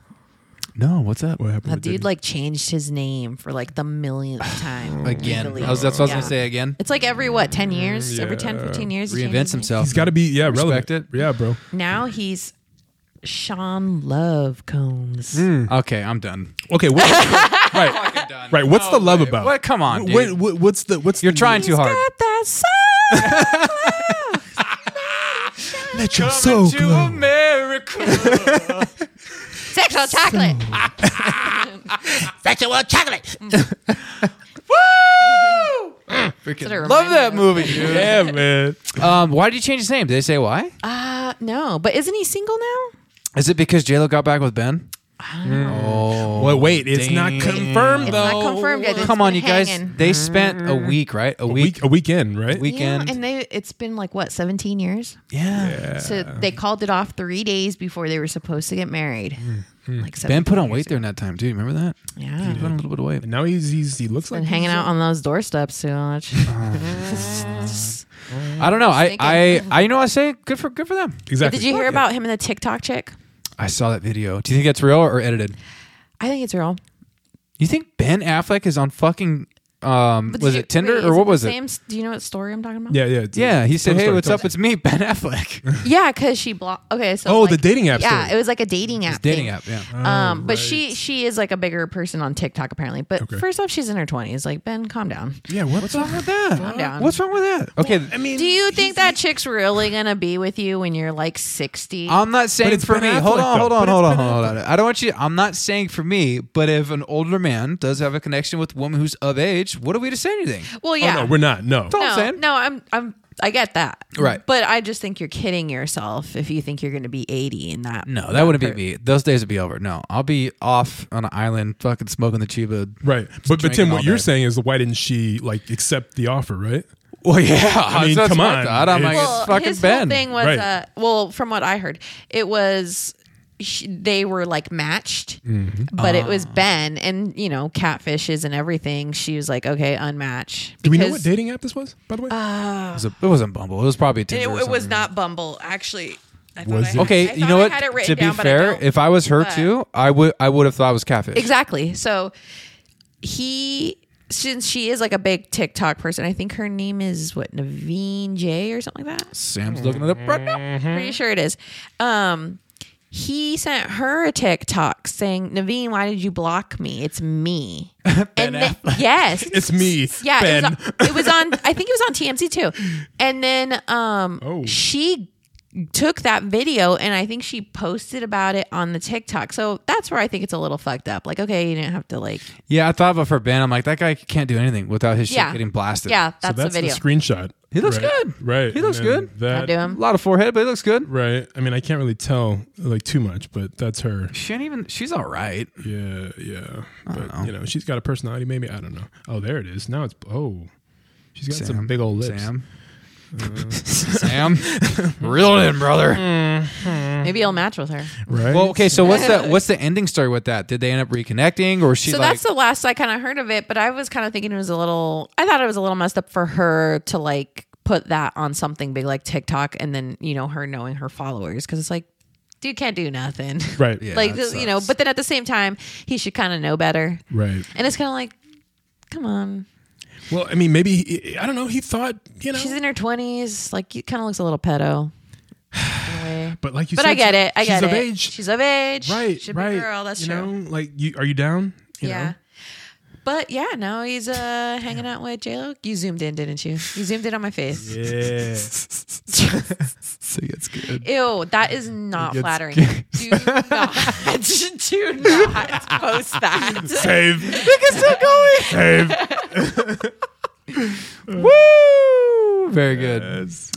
No, what's up? what happened? That with dude Diddy? like changed his name for like the millionth time Again, legally. I was, that's what I Yeah. was gonna say. Again, It's like every what ten years, Mm, yeah. every 10, 15 years, he changes reinvents his name. himself. He's got to be yeah, Respect relevant. Yeah, bro. Now he's Sean Mm. Love Combs. Okay, I'm done. Okay, what, right, right. What's the love about? Oh, What? Come on, dude. What- what- what's the what's You're the- trying too hard. Got that soul. Let your soul glow. America. Sexual chocolate. Sexual chocolate. Freaking love that movie, dude. Yeah, man. Um, why did you change his name? Did they say why? Uh, no, but isn't he single now? Is it because J Lo got back with Ben? Oh, Well, wait, it's not Dang. confirmed It's though. not confirmed yet. It's Come on, been you guys. hanging. Mm-hmm. They spent a week, right? A week, Week, a weekend, right? weekend. Yeah, and they it's been like what seventeen years. yeah. So Uh. they called it off three days before they were supposed to get married. Hmm. Like Ben 17 put on years weight during that time too. Remember that? ago. Yeah, He put on a little bit of weight. And now he's, he's he looks like been hanging he's- out on those doorsteps too much. Uh. Mm-hmm. I don't know. I, I, thinking. I, you know, what I say good for good for them. Exactly. Did you hear about him and the TikTok chick? I saw that video. Do you think that's real or edited? I think it's real. You think Ben Affleck is on fucking um, But did was you- it Tinder wait, or is what was the it? Same, do you know what story I'm talking about? Yeah, yeah, Yeah, he said, Tell the "Hey, story, what's tell up? the It's me, Ben Affleck." Yeah, because she blocked. Okay, so Oh, like- the dating app Yeah, story. it was like a dating app. Dating thing. app, yeah. Um, but Oh, right. she she is like a bigger person on TikTok apparently. But first off, she's in her twenties. Like Ben, calm down. Yeah, what what's wrong with that? Calm down. What's wrong with that? Okay, I mean, Do you think that chick's really gonna be with you when you're like sixty? Oh, I'm not saying it's for Ben me. Affleck, hold on, though. hold on, But it's hold on, Ben hold on. I don't want you. I'm not saying for me, but if an older man does have a connection with a woman who's of age, what are we to say anything? well, Oh, yeah. no, we're not. No. all I'm no, saying. no, I'm I'm I get that. Right. But I just think you're kidding yourself if you think you're gonna be eighty in that. No, that wouldn't be part. me. Those days would be over. No, I'll be off on an island, fucking smoking the chiba. Right. But but drinking Tim, all what you're day. saying is why didn't she like accept the offer, right? Well, yeah. mean, that's come my on. thought. I'm like, It's- it's fucking his Ben. whole thing was Right. uh, well, from what I heard, it was sh they were like matched, Mm-hmm. but it Ah. was Ben, and you know, catfishes and everything. She was like, okay, unmatch. Do we know because- Uh, what dating app this was, by the way? It, was a, it wasn't Bumble. It was probably and Tinder. It, or it was something. not Bumble, actually. I thought Was I it? had- I Okay, you thought know I what? had it written To be down, but I fair, don't. if I was her But- too, I would I would have thought it was catfish. Exactly. So he since she is like a big TikTok person, I think her name is what Naveen J or something like that. Sam's looking it up right now. Mm-hmm. Pretty sure it is. Um he sent her a TikTok saying, Naveen, why did you block me? It's me. and then, yes. it's me. yeah, Ben. It, was on, it was on I think it was on TMZ too. And then um Oh. she took that video and I think she posted about it on the TikTok. So that's where I think it's a little fucked up. Like, okay, you didn't have to like Yeah, I thought about her Ben. I'm like, that guy can't do anything without his Yeah. shit getting blasted. Yeah, So that's, the video. screenshot. He looks right? good. Right. He looks and then good. That, I do A him. lot of forehead, but it looks good. Right. I mean, I can't really tell like too much, but that's her. She ain't even. She's all right. Yeah, yeah. But you know, she's got a personality maybe, I don't know. Oh, there it is. Now it's oh. She's got some big old lips. Sam. Sam, reel it in, Mm. brother. Maybe he'll match with her. Right? Well, okay. So what's the what's the ending story with that? Did they end up reconnecting, or she so like? that's the last I kind of heard of it, but I was kind of thinking it was a little, I thought it was a little messed up for her to like put that on something big like TikTok and then, you know, her knowing her followers because it's like, dude can't do nothing. Right. Yeah, like, that you know, sucks. but then at the same time, he should kind of know better. Right. And it's kind of like, come on. Well, I mean, maybe he- I don't know. He thought, you know, She's in her 20s. Like, it kind of looks a little pedo. in a way. but like you But said, I get it. I she's get of it. age. She's of age. right, She's a big right. girl. That's you true. know, like you are you down? You yeah. know? But yeah, now he's uh hanging out with J Lo. You zoomed in, didn't you? You zoomed in on my face. Yeah. See, it's good. Ew, that is not It gets flattering. good. Do not, do not post that. Save. still going. Woo! Very good.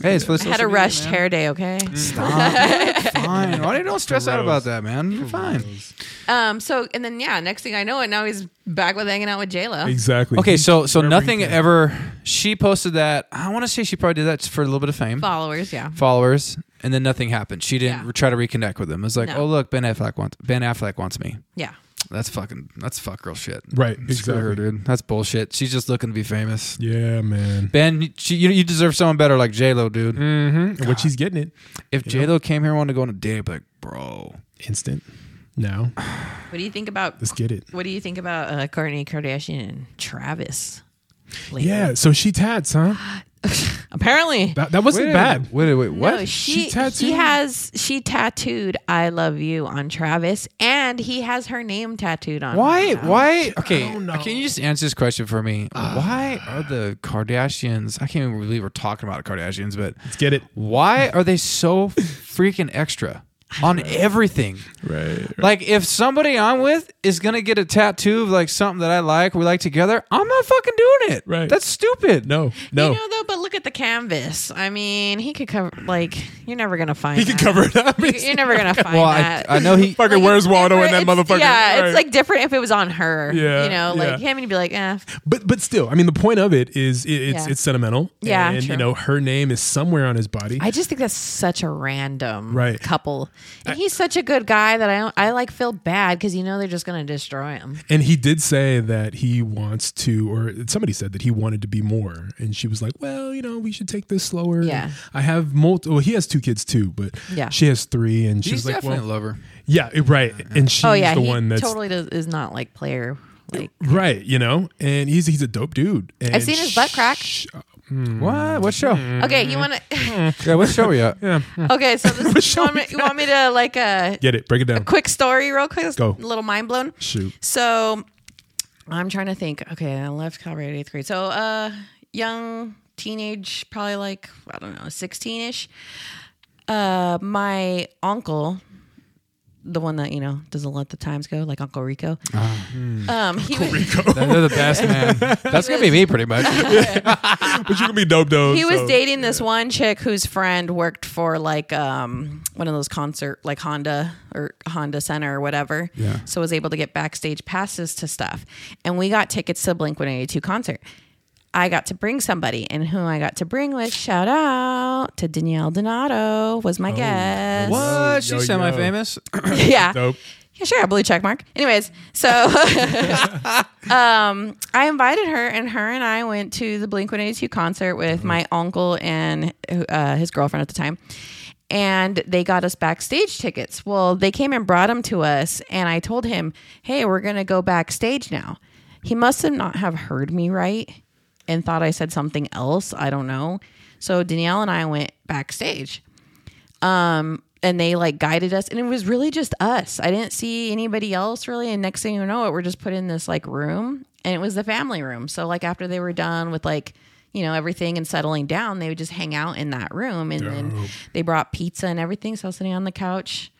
Hey, it's for the I social had a media, rushed man. hair day, okay? Mm. Stop. fine. Why do you don't stress out about Gross. that, man? You're fine. Um, so and then yeah, next thing I know it, now he's back with hanging out with J Lo. Exactly. Okay, He's so so wherever he nothing can. ever. She posted that. I want to say she probably did that for a little bit of fame, Followers, yeah. followers, and then nothing happened. She didn't Yeah. try to reconnect with him. It's like, No. oh look, Ben Affleck wants Ben Affleck wants me. Yeah. That's fucking. That's fuck girl shit. Right, Screw her, exactly. dude. That's bullshit. She's just looking to be famous. Yeah, man. Ben, she, you, you deserve someone better like J Lo, dude. Mm-hmm. What she's getting it If J Lo came here, and wanted to go on a date, I'd be like, bro, instant. Now What do you think about let's get it. what do you think about uh Kourtney Kardashian and Travis? lately? Yeah. So she tats, huh? Apparently. That, that wasn't wait, bad. Wait, wait, wait, what? No, she, She tattooed- he has she tattooed "I love you" on Travis, and he has her name tattooed on. Why? him now. Why? Okay, don't know. Ah. can you just answer this question for me? why are the Kardashians? I can't even believe we're talking about Kardashians, but Let's get it. why are they so freaking extra on everything? Right. Like, if somebody I'm with is gonna get a tattoo of like something that I like, we like together, I'm not fucking doing it. Right. That's stupid. No. No. You know though, but look at the canvas. I mean, he could cover like you're never gonna find. he could that. cover it up. You- You're never gonna find Well, I, that. I know he. Fucking Like, where's it's Waldo in that different- it's- motherfucker? Yeah, Right. it's like different if it was on her. Yeah, you know, like yeah. him, he'd be like, eh. But but still, I mean, the point of it is it, it's Yeah. it's sentimental. Yeah, and true. you know her name is somewhere on his body. I just think that's such a random Right. couple, and he's such a good guy that I don't, I like feel bad because you know they're just gonna destroy him. and he did say that he wants to, or somebody said that he wanted to be more, and she was like, "Well, you know, we should take this slower." Yeah. I have multiple. Well, he has two kids too, but Yeah. she has three, and she She's was like, definitely "Well, a lover. yeah, right." And she's oh yeah, the he one that's totally does, is not like player Like right, you know, and he's he's a dope dude. And I've seen his butt crack. sh- What? What show? okay, you want to? Yeah, what show are we at? yeah. Okay, so this, you, Show want me, me you want me to like uh, Get it? Break it down. quick story real quick? Go. A little mind blown. Shoot. So I'm trying to think. Okay, I left Colorado eighth grade. So uh young teenage, probably like, I don't know, sixteen ish. Uh my uncle, the one that, you know, doesn't let the times go, like Uncle Rico. Ah. Hmm. um he was, They're the best, man. That's going to be me pretty much. But you can be dope though. he was so- dating this one chick whose friend worked for like um one of those concert like Honda or Honda Center or whatever. Yeah. So was able to get backstage passes to stuff, and we got tickets to the Blink One Eighty Two concert. I got to bring somebody, and who I got to bring was shout out to Danielle Donato was Oh, my guest. What? yo, She's yo. semi famous. yeah. Dope. Yeah, sure, a blue check mark. Anyways, so um, I invited her, and her and I went to the Blink 182 concert with my uncle and uh, his girlfriend at the time. And they got us backstage tickets. Well, they came and brought them to us, and I told him, hey, we're going to go backstage now. He must have not have heard me right and thought I said something else. I don't know. So Danielle and I went backstage and they like guided us and it was really just us i didn't see anybody else really and next thing you know it we're just put in this like room and it was the family room so like after they were done with like you know everything and settling down they would just hang out in that room and then they brought pizza and everything so i was sitting on the couch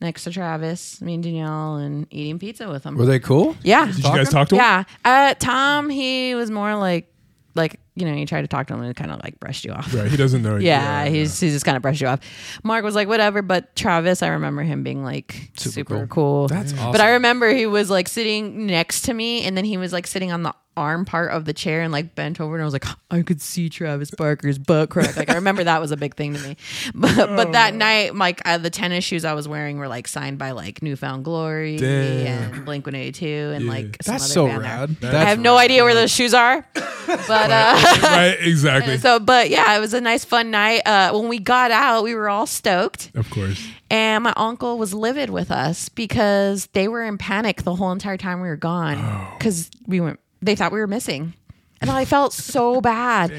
next to travis me and danielle and eating pizza with them Were they cool? yeah Did you guys talk to him? yeah uh, tom he was more like like you know you tried to talk to him and kind of like brushed you off Right. He doesn't know. yeah, he's he just kind of brushed you off. Mark was like, whatever, but Travis, I remember him being like super, cool. That's awesome. But I remember he was like sitting next to me, and then he was like sitting on the arm part of the chair and like bent over, and I was like, I could see Travis Barker's butt crack. Like I remember that was a big thing to me. But but that night, like uh, the tennis shoes I was wearing were like signed by like Newfound Glory Damn. and Blink One Eighty Two, and like some That's other so band there. rad. I have no idea where those shoes are, but uh, right. Exactly. so, but yeah, it was a nice, fun night. Uh, when we got out, we were all stoked, of course. and my uncle was livid with us because they were in panic the whole entire time we were gone because we went. They thought we were missing. And I felt so bad.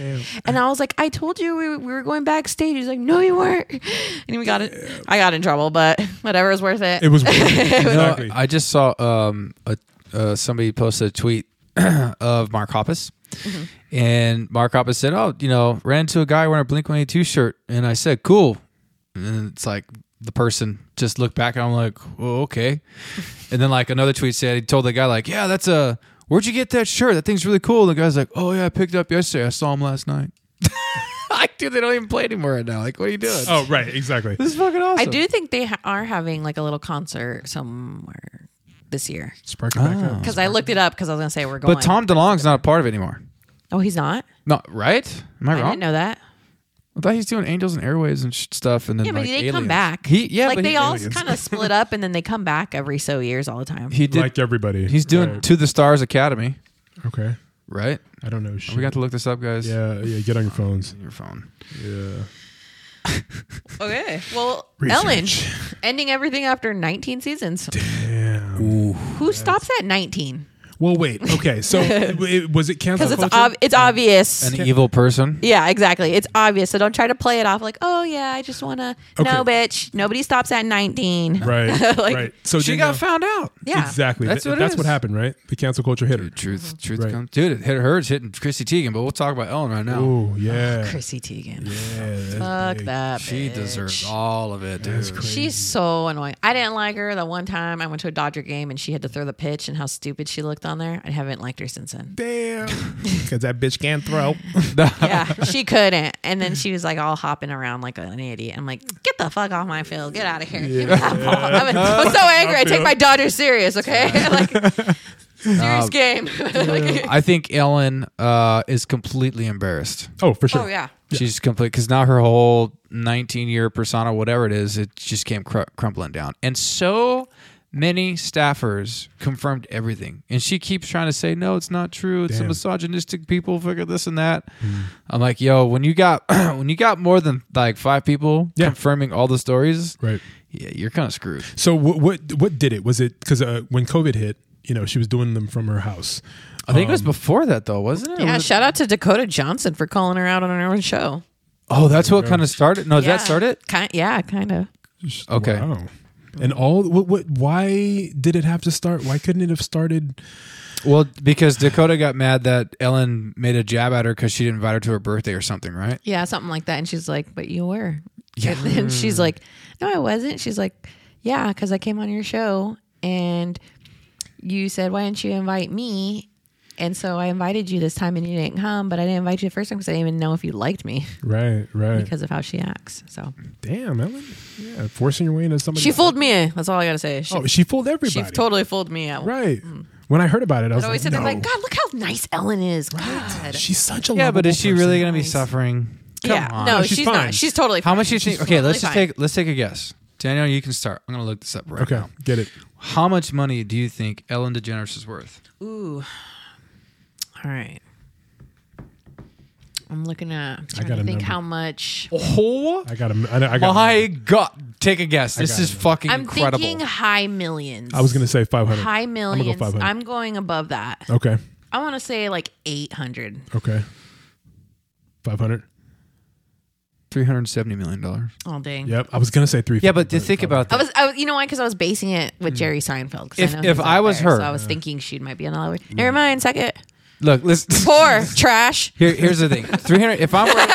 And I was like, I told you we, we were going backstage. He's like, no, you weren't. And we got it. I got in trouble, but whatever was worth it. It was. exactly. No, I just saw um, a, uh, somebody posted a tweet of Mark Hoppus. Mm-hmm. And Mark Hoppus said, Oh, you know, ran into a guy wearing a Blink 182 shirt. And I said, Cool. And it's like the person just looked back and I'm like, oh, okay. and then like another tweet said, He told the guy, like, Yeah, that's a, where'd you get that shirt? That thing's really cool. The guy's like, Oh, yeah, I picked it up yesterday. I saw him last night. like, dude, they don't even play anymore right now. Like, what are you doing? oh right. Exactly. This is fucking awesome. I do think they ha- are having like a little concert somewhere this year. Spark it back up. Because I looked it up because I was going to say we're going. But Tom DeLong's not a part of it anymore. Oh, he's not? No, right? Am I I wrong? didn't know that. I thought he's doing Angels and Airways and sh- stuff, and then Yeah, but like, they aliens. come back. He yeah, like but they he, all aliens. kind of split up and then they come back every so years all the time. he did. Like everybody. he's doing Right. to the Stars Academy, Okay. right? I don't know. Shit. We got to look this up, guys. Yeah. Yeah. Get on your phones. your phone. Yeah. Okay, well, Research. Ellen ending everything after 19 seasons. Damn. Who stops at 19? Well, wait. Okay. So it- it- was it canceled? Because it's culture? ob- it's Um, obvious. An evil person. Yeah, exactly. It's obvious. So don't try to play it off like, oh yeah, I just want to. Okay. No, bitch. Nobody stops at 19. Right. Like- right. So She then, got uh, found out. Yeah. Exactly. That's That's, what what, it that's what is. happened, right? The cancel culture hit her. Mm-hmm. Truth, truth Right. comes, dude. It hit her. It's hitting Chrissy Teigen, but we'll talk about Ellen right now. Oh yeah. Chrissy Teigen. Yeah, that's Fuck big. that. She bitch. deserves all of it, dude. That's crazy. She's so annoying. I didn't like her the one time I went to a Dodger game and she had to throw the pitch and how stupid she looked on there. I haven't liked her since then. Damn. Because that bitch can't throw. Oh, Yeah, she couldn't. And then she was like all hopping around like an idiot. I'm like, get the fuck off my field. Get out of here. Give me that ball. I'm, I'm so angry. I take my Dodgers serious, okay? like, serious game. Like- I think Ellen uh, is completely embarrassed. Oh, for sure. oh, yeah. She's complete because now her whole 19 year persona, whatever it is, it just came cr- crumbling down. And so many staffers confirmed everything. And she keeps trying to say, no, it's not true. It's the Damn. misogynistic people, figure this and that. I'm like, yo, when you got when you got more than like five people Yeah. confirming all the stories, Right. yeah, you're kind of screwed. So what what what did it? Was it because uh, when COVID hit, You know, she was doing them from her house. I think it was before that though, wasn't it? Yeah, Was it- shout out to Dakota Johnson for calling her out on her own show. oh, that's what kind of started. No, did yeah. that start it? Kind, yeah, kind of. Okay. Wow. And all what, what? Why did it have to start? Why couldn't it have started? Well, because Dakota got mad that Ellen made a jab at her because she didn't invite her to her birthday or something, right? Yeah, something like that. And she's like, "But you were." And then she's like, "No, I wasn't." She's like, "Yeah, because I came on your show and you said, why didn't you invite me?" And so I invited you this time, and you didn't come. But I didn't invite you the first time because I didn't even know if you liked me Right. Right. because of how she acts. So Damn, Ellen. Yeah, forcing your way into somebody. she fooled me. That's all I gotta say. She, Oh, she fooled everybody. she totally fooled me. I Right. When I heard about it, I was I always like, sit no. there like, God, look how nice Ellen is. God. She's such a Yeah, but lovable is she person. really going to be suffering? Come yeah. on. No, she's she's, fine. not. She's totally. How fine. much do you She's think? Okay, let's totally just fine. take let's take a guess. Daniel, you can start. I'm going to look this up right Okay, now. get it. How much money do you think Ellen DeGeneres is worth? Ooh. All right. I'm looking at. I'm trying got to a think number. how much. Oh I got him. I, I got. my god! Take a guess. This got is it. fucking I'm incredible. thinking high millions. I was gonna say five hundred. high millions. I'm, 500. going above that. Okay. I want to say like 800. Okay. Five hundred. Three hundred seventy million dollars. Oh dang. Yep. I was gonna say three. Yeah, but to think about I that, was, I was, you know why? Because I was basing it with Jerry Seinfeld. 'cause Mm. If- know if he's up I was there, her- Mm. so I was thinking she might be another. Never mind. Suck it. look, listen. Poor trash. Here, here's the thing: three hundred. If I'm worth,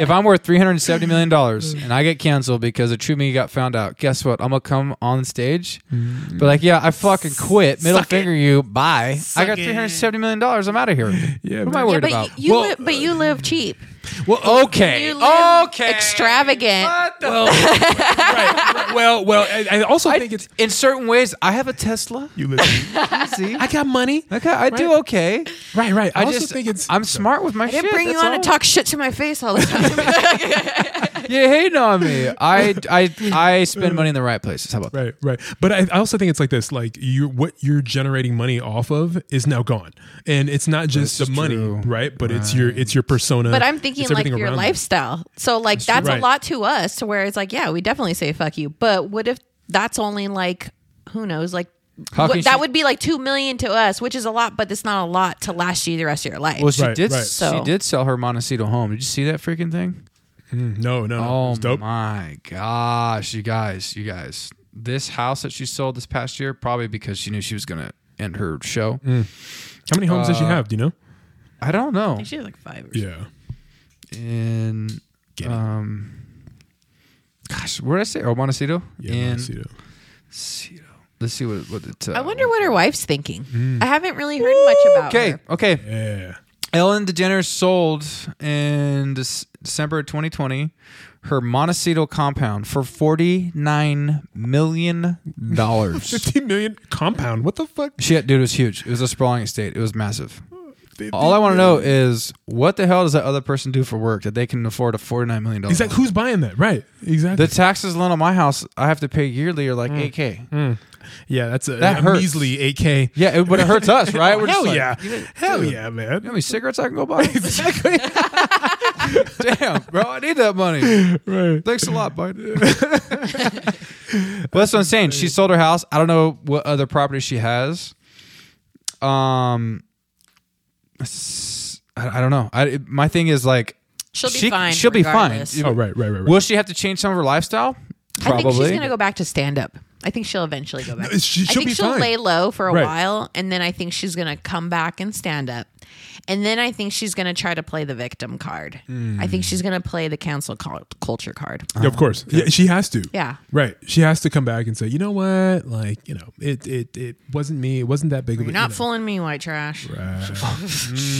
if I'm worth three hundred seventy million dollars and I get canceled because the true me got found out, guess what? I'm gonna come on stage, Mm. but like, yeah, I fucking quit. Middle finger you. Bye. I got three hundred seventy million dollars. I'm out of here. Yeah, what am man. I Yeah, worried but about? y- you Well, live, but you live cheap. oh, well, okay, You live okay. extravagant. What the- right. Well, well, I, I also think it's in certain ways, I have a Tesla. you. Listen, See, I got money. okay, I do okay. Right, right. I, I also just think it's. I'm smart with my I didn't shit. bring you that's on all. to talk shit to my face all the time. You're hating on me. I I I spend money in the right places. How about that? Right, right. But I, I also think it's like this: like you, what you're generating money off of is now gone, and it's not just This is the money, true. right? But it's your it's your persona. but I'm thinking it's like everything your around you. lifestyle. So like that's Right. a lot to us to where it's like, yeah, we definitely say fuck you. But what if that's only like who knows, like How what- can that she- would be like two million to us, which is a lot, but it's not a lot to last you the rest of your life. Well, she Right, did. right. She So- did sell her Montecito home. Did you see that freaking thing? No, no, no. Oh it's dope. my gosh, you guys, you guys! This house that she sold this past year, probably because she knew she was gonna end her show. Mm. How many homes does she have? Do you know? I don't know. she had like five. Or Yeah. In Get it. um, gosh, where did I say? Oh, Montecito. Yeah, In Montecito. Montecito. Let's see what what it. Uh, I wonder what her wife's thinking. Mm. I haven't really heard much about Okay, her. okay. Yeah. Ellen DeGeneres sold in Dec- December 2020 her Montecito compound for 49 million dollars. 15 million compound. What the fuck? she had, dude, it was huge. It was a sprawling estate. It was massive. All I want to know is what the hell does that other person do for work that they can afford a 49 million dollars? He's like, who's buying that? Right. Exactly. The taxes alone on my house I have to pay yearly are Mm. like 8k. yeah, that's a, That a hurts. measly 8K. Yeah, it, but it hurts us, right? We're Hell just like, yeah. You know Hell yeah, man. how many cigarettes I can go buy? Exactly. Damn, bro, I need that money. Right. Thanks a lot, bud. well, that's what I'm saying. She sold her house. I don't know what other property she has. Um, s- I, I don't know. I, it- my thing is like She'll be she- fine. She'll be fine. regardless. Oh, right, right, right, right. Will she have to change some of her lifestyle? Probably. I think she's gonna go back to stand up. I think she'll eventually go back. No, she- I she'll think be she'll fine. lay low for a Right. while, and then I think she's gonna come back and stand up, and then I think she's gonna try to play the victim card. I think she's gonna play the cancel cul- culture card. Uh, Yeah, Uh-huh. of course. Yeah, she has to. Yeah. Right. She has to come back and say, you know what? Like, you know, it it, it wasn't me. It wasn't that big of a You're not you know. fooling me, white trash.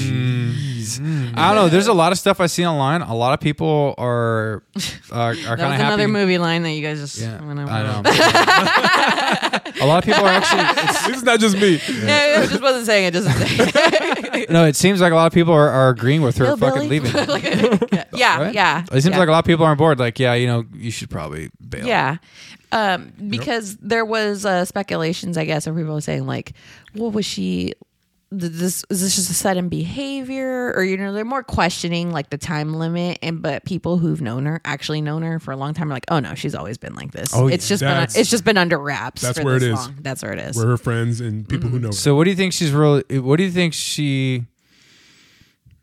I don't know. There's a lot of stuff I see online. A lot of people are are, are kind of That was happy. another movie line that you guys just Yeah, went over. I know. a lot of people are actually. It's, This is not just me. No, I just wasn't saying it. Just no, it seems like a lot of people are, are agreeing with her fucking Hillbilly. leaving. yeah, yeah, right? yeah. It seems yeah. like a lot of people are on board. Like, yeah, you know, you should probably bail. Yeah. Um, because there was uh, speculations, I guess, and people were saying like, "Well, was she th- this is this just a sudden behavior or you know they're more questioning like the time limit and but people who've known her actually known her for a long time are like oh no she's always been like this Oh, yeah. it's just been That's- it's just been under wraps that's for where it this is. long. that's where it is We're her friends and people Mm-hmm. who know her. So what do you think she's really? What do you think she?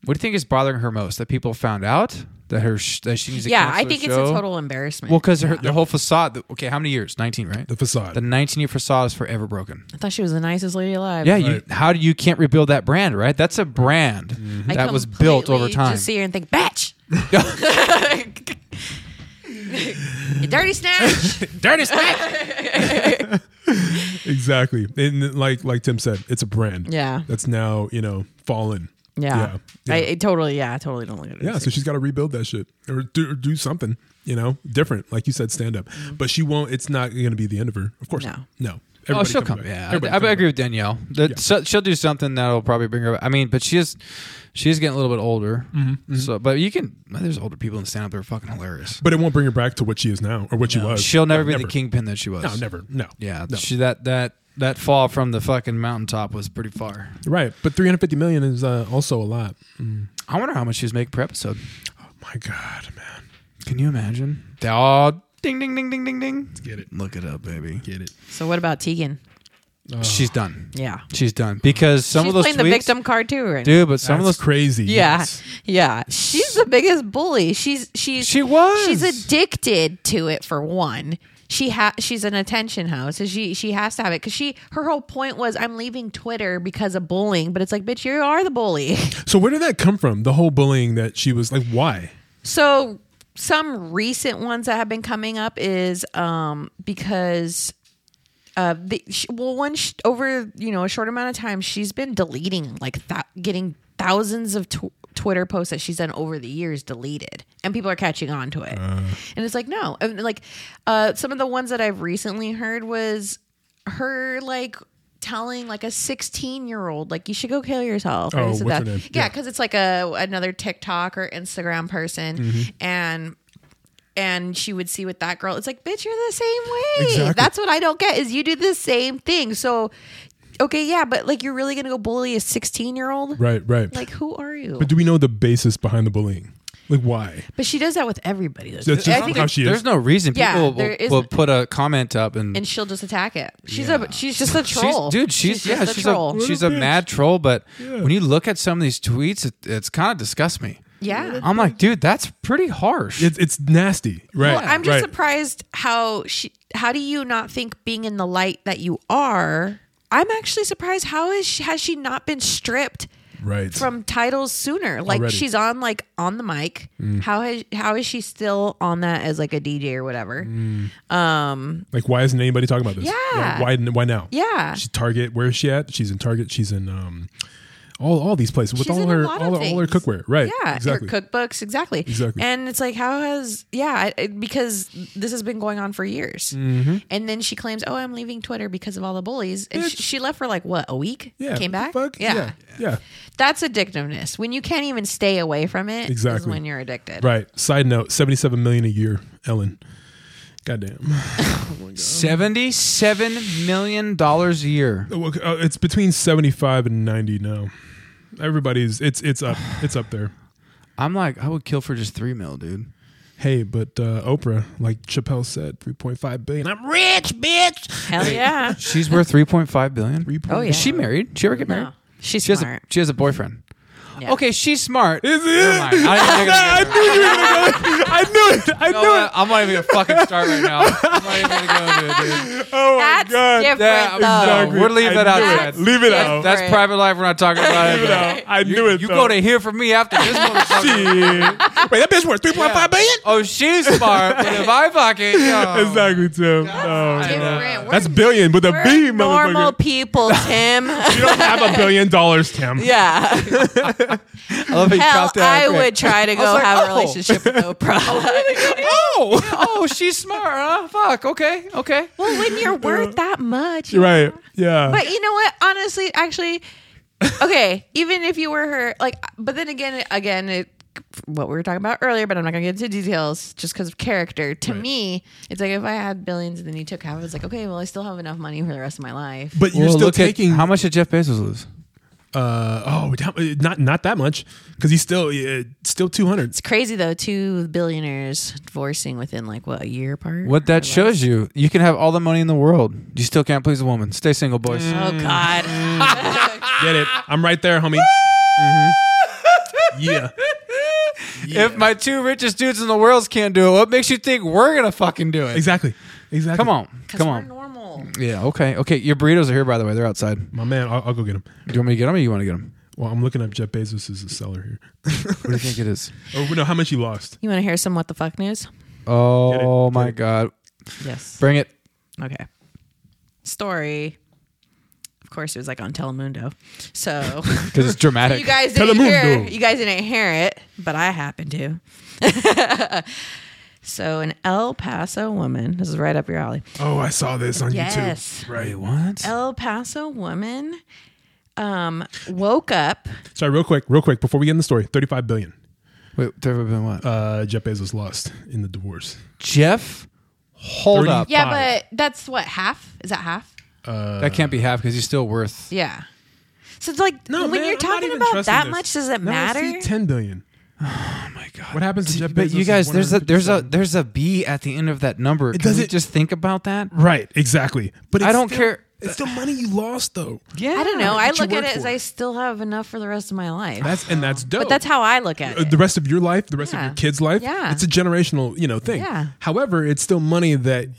What do you think is bothering her most? That people found out that her sh- that she needs to yeah cancel I the think it's a show? total embarrassment Well, because the whole facade. Okay, how many years? Nineteen, right? the facade. The nineteen-year facade is forever broken. I thought she was the nicest lady alive Yeah, you. How do you can't rebuild that brand? Right? That's a brand I that was built over completely time. just see her and think bitch You dirty snatch Dirty snake. exactly. And like like Tim said, it's a brand. Yeah. That's now, you know, fallen. yeah, Yeah. I, Yeah. I totally yeah I totally don't look at it Yeah, so she's got to rebuild that shit or do, or do something, you know, different. Like you said, stand up. But she won't, it's not going to be the end of her. Of course. Mm-hmm. No. No. Oh, Everybody she'll come. back. Yeah, Everybody I, I come agree back. with Danielle. That so- she'll do something that'll probably bring her. back. I mean, but she is, she's getting a little bit older. Mm-hmm, So, but you can. There's older people in stand up. They're fucking hilarious. But it won't bring her back to what she is now or what she was. She'll never be never. the kingpin that she was. No, never. No. Yeah, No. she that that that fall from the fucking mountaintop was pretty far. Right. But 350 million is uh, also a lot. I wonder how much she was making per episode. Oh, my God, man. Can you imagine? They all ding ding ding ding ding ding. Get it. Look it up, baby. Get it. so what about Tegan She's done. yeah She's done because some she's of those playing tweets, the victim card too right now. dude. But some Some of those crazy. Yeah, Yes. yeah. She's the biggest bully. She's she's She was. she's addicted to it for one. She ha- she's an attention house. So she she has to have it because she her whole point was I'm leaving Twitter because of bullying. But it's like, bitch, you are the bully. So where did that come from? The whole bullying that she was like, why? So some recent ones that have been coming up is um because uh the sh well one sh- over you know a short amount of time she's been deleting like that getting thousands of tw- Twitter posts that she's done over the years deleted and people are catching on to it. Uh. and it's like no and like uh some of the ones that I've recently heard was her like telling like a 16 year old like you should go kill yourself or Oh, this and what's that. her name? yeah Yeah. because it's like a another TikTok or Instagram person, Mm-hmm. and and she would see with that girl. It's like, bitch, you're the same way. Exactly. That's what I don't get is you do the same thing. So, okay, yeah, but like you're really gonna go bully a 16 year old? Right, right. Like, who are you? but do we know the basis behind the bullying? Like why? But she does that with everybody. though. That's just I think how it- she there's is. no reason people Yeah, there will, will isn't. put a comment up and, and she'll just attack it. She's a she's just a She's, troll, dude, she's, yeah, just she's a troll. a she's a Little bitch. mad troll. But Yeah. when you look at some of these tweets, it, it's kind of disgusts me. yeah, I'm like, dude, that's pretty harsh. It's it's nasty. Right. Well, I'm just right. surprised how she. How do you not think being in the light that you are? I'm actually surprised. How is she, has she not been stripped Right. from titles sooner? Like Already. Mm. she's on like on the mic. How has how is she still on that as like a DJ or whatever? Mm. Um. like why isn't anybody talking about this? Yeah. Like, why why now? Yeah. She's Target. Where is she at? She's in Target. She's in um all all these places with She's all in a her lot all, of all her things. cookware. Right. Yeah, Exactly. her cookbooks, exactly. Exactly. And it's like, how has, yeah, I- I- because this has been going on for years. Mm-hmm. And then she claims, oh, I'm leaving Twitter because of all the bullies. And she, Bitch. she left for like, what, a week? yeah. what Came back? the fuck? Yeah. yeah. Yeah. That's addictiveness. When you can't even stay away from it, is Exactly. when you're addicted. Right. Side note, seventy seven million a year, Ellen. Goddamn. uh, Seventy-seven million dollars a year. Well, uh, it's between 75 and 90 now. Everybody's it's it's up it's up there. I'm like, I would kill for just three mil, dude. Hey, but uh, Oprah, like Chappelle said, 3.5 billion. I'm rich, bitch. Hell yeah. She's worth three point five billion. Oh, yeah. Is she married? Did she ever get married? No, she's She has a smart. she has a boyfriend. Yeah. Okay, she's smart. Is it? I didn't think I I was knew you were gonna go. I knew it. I knew gonna- You know it. what? I'm not even gonna fucking start right now. I'm not even gonna go into it, dude. Oh my That's god. different, That- though. Exactly. We're leaving I that knew outside. It. Leave it That's out. That's Right. private life. We're not talking about it. Leave it out. I knew it. You though. go to hear from me after this motherfucker. Shit. Wait, that bitch worth 3.5 billion. Oh, she's smart, but if I fucking oh. Exactly, Oh, Tim. No, That's no. different. We're- That's billion with a we're B, normal motherfucker. people, Tim. You don't have a billion dollars, Tim. yeah. I love how you Hell, dropped that I out quick. would try to go like, have oh. a relationship with Oprah. Oh, oh, she's smart, huh? Fuck. Okay, okay. well, when you're worth that much, you Right. Yeah. But you know what? Honestly, actually, okay. even if you were her, like, but then again, again, it, what we were talking about earlier, but I'm not gonna get into details just because of character. To me, it's like if I had billions and then you took half, it's like okay, well, I still have enough money for the rest of my life. But you're Well, still look at- taking how much did Jeff Bezos lose? Uh, oh, down, uh, not not that much because he's still uh, still two hundred. It's crazy though. Two billionaires divorcing within like what a year apart. What that shows you, you can have all the money in the world. You still can't please a woman. Stay single, boys. Oh God. Get it? Ah! I'm right there, homie. Mm-hmm. Yeah. If my two richest dudes in the world can't do it, what makes you think we're gonna fucking do it? Exactly. Exactly. Come on, 'Cause come we're on. normal. Yeah. Okay. Okay. Your burritos are here, by the way. They're outside. Do my man. I'll, I'll go get him. you want me to get them, or you want to get them? Well, I'm looking up Jeff Bezos as a seller here. What do you think it is? or no, how much he lost? You want to hear some what the fuck news? Oh my god! Yes. Bring it. Okay. Story. Of course, it was like on Telemundo. So because it's dramatic. you guys didn't hear. Telemundo. You guys didn't hear it, but I happened to. so, an El Paso woman. This is right up your alley. Oh, I saw this on Yes. YouTube. Right. what? El Paso woman um, woke up. Sorry, real quick, real quick, before we get in the story, 35 billion. Wait, there have been what? Uh, Jeff Bezos lost in the divorce. Jeff, hold Thirty- up. Yeah, Five. but that's what half. Is that half? That can't be half because he's still worth. Yeah. So it's like No, when man, you're I'm not talking even about trusting that this. much, does it No, I see matter? 10 billion. Oh my god! What happens to Jeff But you Bezos' guys, there's a there's a 157? there's a B at the end of that number. Can we doesn't- just think about that? Right, exactly. But I it's don't still- care. It's still money you lost, though. Yeah, I don't know. I what you look work at it as for. I still have enough for the rest of my life. That's and that's dope. but that's how I look at Uh, it. the rest of your life, the rest Yeah. of your kids' life. Yeah. It's a generational, you know, thing. Yeah. However, it's still money that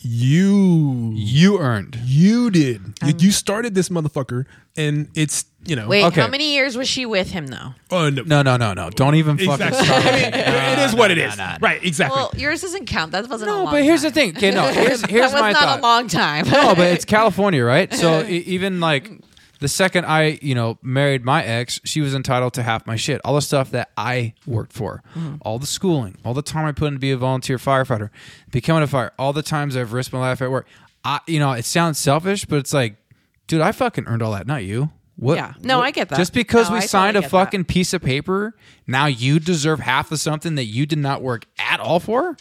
you You earned. you did. You, you started this motherfucker and it's, you know, Um, Wait, Okay. how many years was she with him though? oh, no. No, no, no, no. Don't even fucking Exactly. start. I mean, it is what it is. Right, exactly. Well, yours doesn't count. That wasn't. a No, long but here's the time. thing. Okay, no, here's here's that was my not thought. a long time. no, but it's California, right? So e- even like the second I, you know, married my ex, she was entitled to half my shit, all the stuff that I worked for, Mm-hmm. all the schooling, all the time I put in to be a volunteer firefighter, becoming a fire, all the times I've risked my life at work. I, you know, it sounds selfish, but it's like, dude, I fucking earned all that, not you. What? Yeah. No, what- I get that. Just because No, we I totally signed a get that. fucking piece of paper, now you deserve half of something that you did not work at all for.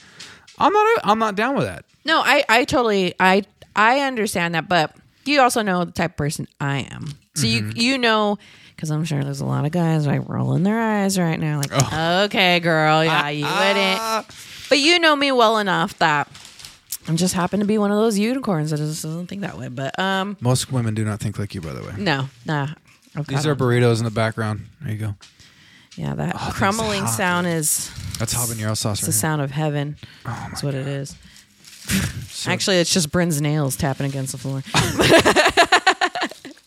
I'm not. I'm not down with that. no, I, I totally, I, I understand that, but you also know the type of person I am. So Mm-hmm. you, you know, because I'm sure there's a lot of guys like rolling their eyes right now, like, Oh. okay, girl, yeah, you wouldn't. But you know me well enough that I just happen to be one of those unicorns that just doesn't think that way. But um, Most women do not think like you, by the way. no, nah. I've got These are them. burritos in the background. There you go. yeah, that crumbling hot, sound is That's habanero sauce. It's Right the here. sound of heaven. Oh That's what it is. Actually, it's just Bryn's nails tapping against the floor.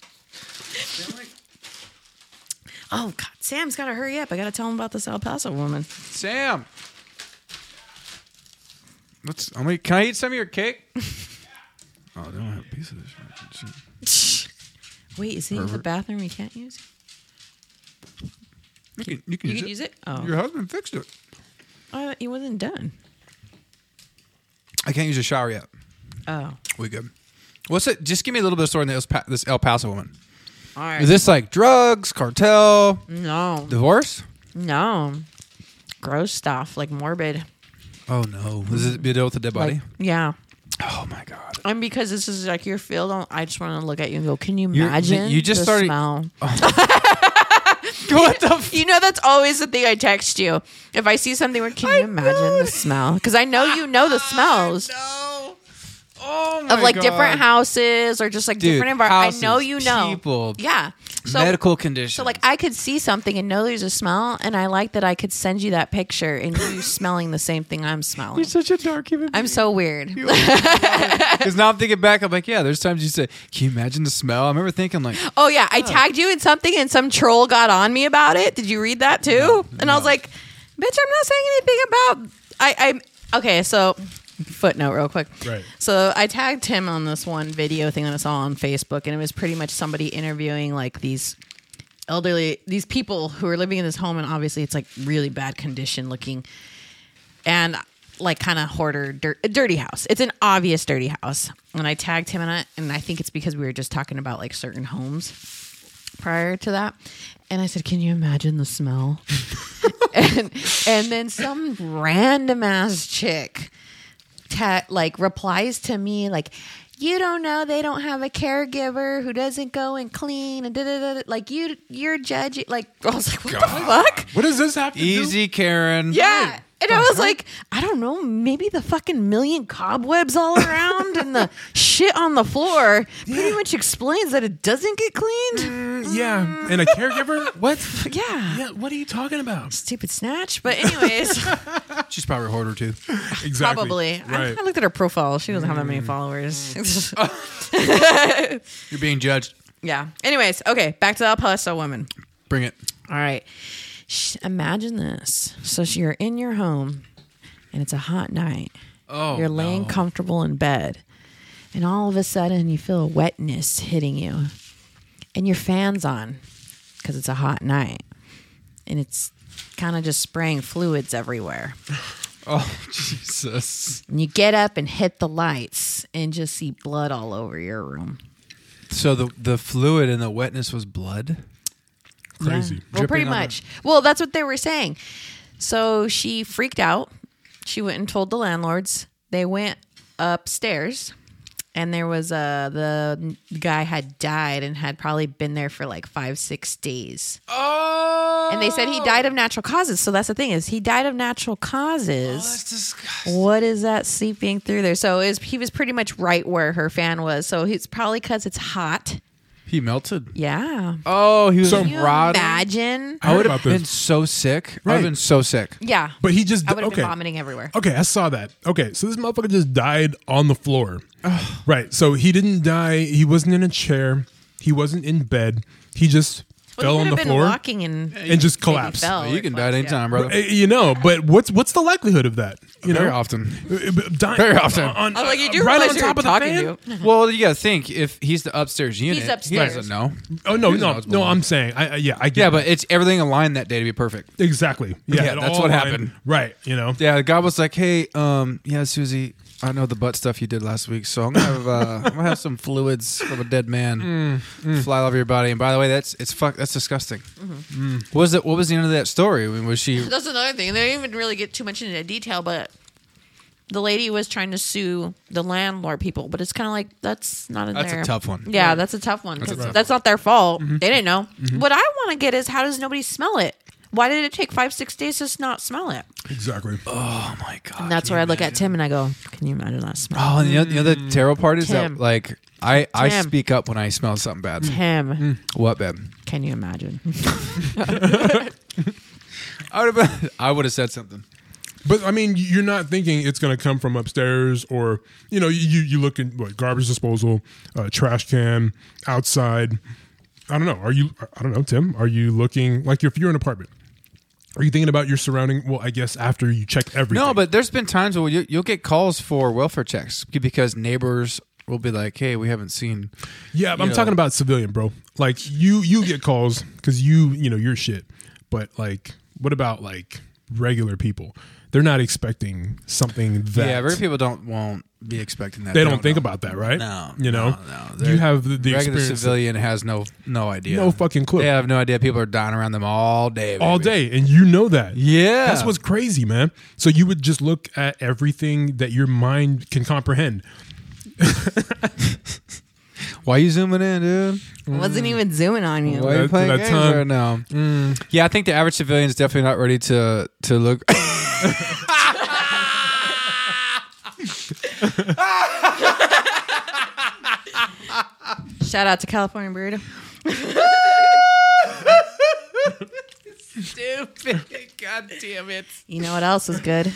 oh God, Sam's got to hurry up. I got to tell him about this El Paso woman. Sam, what's? I'm gonna, can I eat some of your cake? oh, they don't have a piece of this. Shit. Wait, is he in the bathroom? We can't use. You can, you You could use it. Your Oh, husband fixed it. uh, he wasn't done. I can't use a shower yet. Oh, all We good. What's it? Just give me a little bit of story on this, Pa- this El Paso woman. right. Mm. Is this like drugs, cartel, no, divorce? no, gross stuff like morbid. Oh no! Is it be deal with a dead body? Like, yeah. oh my god! And because this is like your field, I'll- I just want to look at you and go, "Can you You're- imagine?" you just the started- Smell? What the? You know, that's always the thing I text you. If I see something where, can you imagine the smell? Because I know you know the smells no! Oh my of like God. different houses or just like Dude, different environments. I know houses, you know. people, Yeah. So, medical conditions. so like I could see something and know there's a smell. And I like that I could send you that picture and you smelling the same thing I'm smelling. such a dark human. I'm so weird. Because now I'm thinking back, I'm like, yeah, there's times you say, can you imagine the smell? I remember thinking, like, Oh yeah, I tagged you in something and some troll got on me about it. Did you read that too? and I was like, "Bitch, I'm not saying anything about I I'm okay, so footnote real quick. Right. So I tagged him on this one video thing that I saw on Facebook and it was pretty much somebody interviewing like these elderly these people who are living in this home and obviously it's like really bad condition looking and like kind of hoarder dirt, dirty house it's an obvious dirty house and i tagged him in it and i think it's because we were just talking about like certain homes prior to that and i said can you imagine the smell and and then some random ass chick ta- like replies to me like you don't know they don't have a caregiver who doesn't go and clean and da da da. Like you, you're judging. Like I was like, what the fuck? What does this have to Easy, Karen. Yeah. And I was like, I don't know, maybe the fucking million cobwebs all around and the shit on the floor pretty much explains that it doesn't get cleaned. do? Yeah, and a caregiver. what? Yeah. Mm. Yeah, what are you talking about? Stupid snatch. But, anyways, She's probably a hoarder too. Exactly. probably. I, Right. I looked at her profile. She doesn't have that many followers. You're being judged. yeah. Anyways, okay, back to the Palestine woman. Bring it. All right. Sh- Imagine this. So she- you're in your home and it's a hot night. Oh, You're laying comfortable in bed. And all of a sudden you feel a wetness hitting you. And your fan's on because it's a hot night. And it's kind of just spraying fluids everywhere. Oh, Jesus. And you get up and hit the lights and just see blood all over your room. So the the fluid and the wetness was blood. Crazy. Yeah. Well, pretty Dripping on her. much. Well, that's what they were saying. So she freaked out. She went and told the landlords. They went upstairs, and there was uh the guy had died and had probably been there for like five six days. Oh. And they said he died of natural causes. So that's the thing is he died of natural causes. disgusting. What is that seeping through there? So is he was pretty much right where her fan was. So it's probably because it's hot. He melted. Yeah. Oh, he was So- Can you rotting. imagine? I would heard have about this. been so sick. I've Right. been so sick. Yeah. But he just I would have okay. been vomiting everywhere. Okay, I saw that. Okay, so this motherfucker just died on the floor. right. So he didn't die. He wasn't in a chair. He wasn't in bed. He just fell he on could the have been floor walking and and just collapsed. fell. Oh, you it can was, die at any yeah. time, brother. Uh, You know, but what's what's the likelihood of that? You Very know, often. Uh, but dying Very often. On, I was like, you do uh, right realize on you're top of the talking fan? to. Well, you gotta think if he's the upstairs unit, upstairs. he doesn't know. Oh no, He doesn't know no, what's no! going on. I'm saying, I, I yeah, I get yeah, it. but it's everything aligned that day to be perfect. exactly, yeah, Yeah, it that's all what aligned. happened. right? You know, Yeah, God was like, "Hey, um, yeah, Susie, I know the butt stuff you did last week, so I'm gonna have uh, I'm gonna have some fluids from a dead man fly all over your body." And by the way, that's it's fuck that's disgusting. Mm. What was it? What was the end of that story? I mean, was she? That's another thing. They didn't even really get too much into detail, but the lady was trying to sue the landlord people, but it's kind of like that's not in That's a there. tough one. Yeah, that's a tough one. 'cause That's, not their fault. Mm-hmm. They didn't know. What I want to get is how does nobody smell it? Why did it take five, six days to s- not smell it? exactly. Oh my god! And that's can where I you look imagine? at Tim and I go, "Can you imagine that smell?" Oh, and the, other- the other terrible part is Tim. that like I I Tim. speak up when I smell something bad. Tim, What bad? can you imagine? I would have I would have said something. But I mean, you're not thinking it's going to come from upstairs, or you know, you you look in what, garbage disposal, uh, trash can, outside. I don't know. Are you? I don't know, Tim. Are you looking like if you're in an apartment? Are you thinking about your surrounding? Well, I guess after you check everything. No, but there's been times where you, you'll get calls for welfare checks because neighbors will be like, "Hey, we haven't seen." yeah, I'm know. talking about civilian, bro. Like you, you get calls because you, you know, your shit. But like, what about like regular people? They're not expecting something that. Yeah, very people don't won't be expecting that. they don't think know. about that, right? No, you know, no, no. you have the, the regular experience. civilian has no no idea, No fucking clue. They have no idea people are dying around them all day, all baby. day, and you know that. Yeah. that's what's crazy, man. So you would just look at everything that your mind can comprehend. Why you zooming in, dude? Wasn't Mm. even zooming on you. Why are you That- playing that games time. Mm. right now? Yeah, I think the average civilian is definitely not ready to to look. Shout out to California Burrito. Stupid! God damn it! You know what else is good?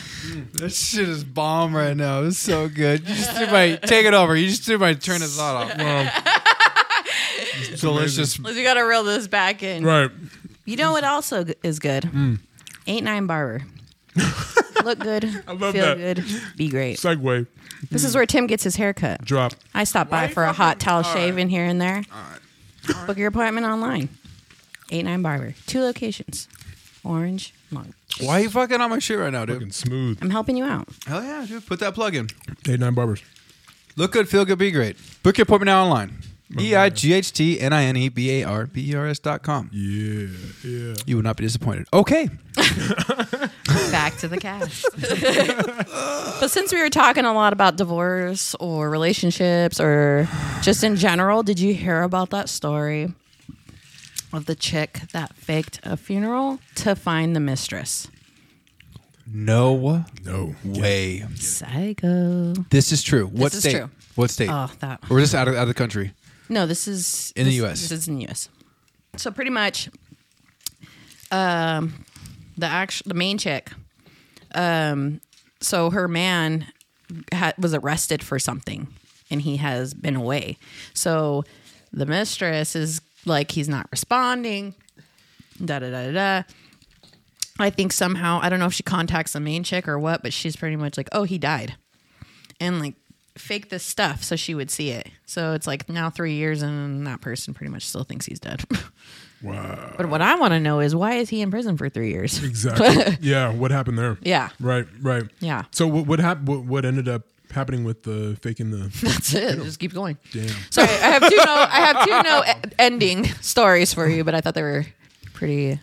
This shit is bomb right now. It's so good. You just threw my take it over. You just threw my turn his lot off. delicious. Liz, you got to reel this back in. Right. Mm. You know what also g- is good? Eight nine barber. Look good, love feel that. good, be great. Segway. This is where Tim gets his haircut. Drop. I stop by for a hot towel shave in here and there. Book your appointment online. Eight nine barber, two locations, Orange, Long. Why are you fucking on my shit right now, dude? Fucking smooth. I'm helping you out. Hell yeah, dude. Put that plug in. Eight nine barbers. Look good, feel good, be great. Book your appointment now online. E I G H T N I N E B A R B E R S dot com. Yeah, yeah. You would not be disappointed. Okay. Back to the cast. But since we were talking a lot about divorce or relationships or just in general, did you hear about that story of the chick that faked a funeral to find the mistress? No No. way. Psycho. This is true. What is state? true. What state? Oh, that. We're just out of, out of the country. No, this is In the this- US. This is in the U.S. So pretty much, um, the actual the main chick, um, so her man ha- was arrested for something, and he has been away. So the mistress is like he's not responding. Da da da da. da. I think somehow I don't know if she contacts the main chick or what, but she's pretty much like, oh, he died and like fake this stuff so she would see it. So it's like now three years and that person pretty much still thinks he's dead. Wow. But what I want to know is why is he in prison for three years? Exactly. yeah. What happened there? Yeah. Right. Right. Yeah. So what what hap- what, what ended up happening with the faking the That's it. Just keep going. damn? Sorry, I have two no I have two no e- ending stories for you, but I thought they were pretty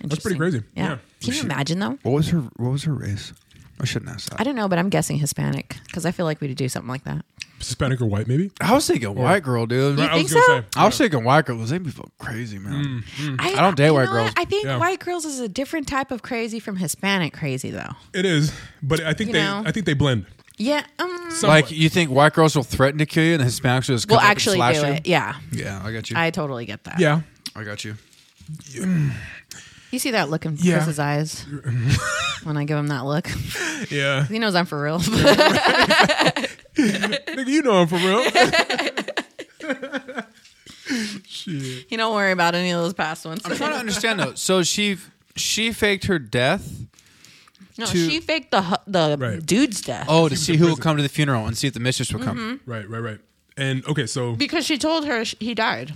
That's pretty interesting. crazy. Yeah. Yeah. Can you imagine though? What was her What was her race? I shouldn't ask that. I don't know, but I'm guessing Hispanic because I feel like we'd do something like that. Hispanic or white, maybe. I was thinking white girl, dude. You I was think so? gonna say. I was thinking white girls. They be fucking crazy, man. I, don't date you white know what? girls. I think Yeah. white girls is a different type of crazy from Hispanic crazy though. It is, but I think You they know. I think they blend. Yeah. Um, Somewhat. Like you think white girls will threaten to kill you, and the Hispanics will just come we'll up and actually do slash it. you? Yeah. Yeah, I got you. I, I totally get that. yeah. got you. You see that look in Yeah. Chris's eyes when I give him that look. Yeah. He knows I'm for real. Nigga, you know him for real. you don't worry about any of those past ones. I'm trying to understand though. So she she faked her death. no, to- she faked the hu- the Right. dude's death Oh, to see who will come to the funeral and see if the mistress will come. Mm-hmm. right. Right. Right. And okay, so because she told her sh- he died.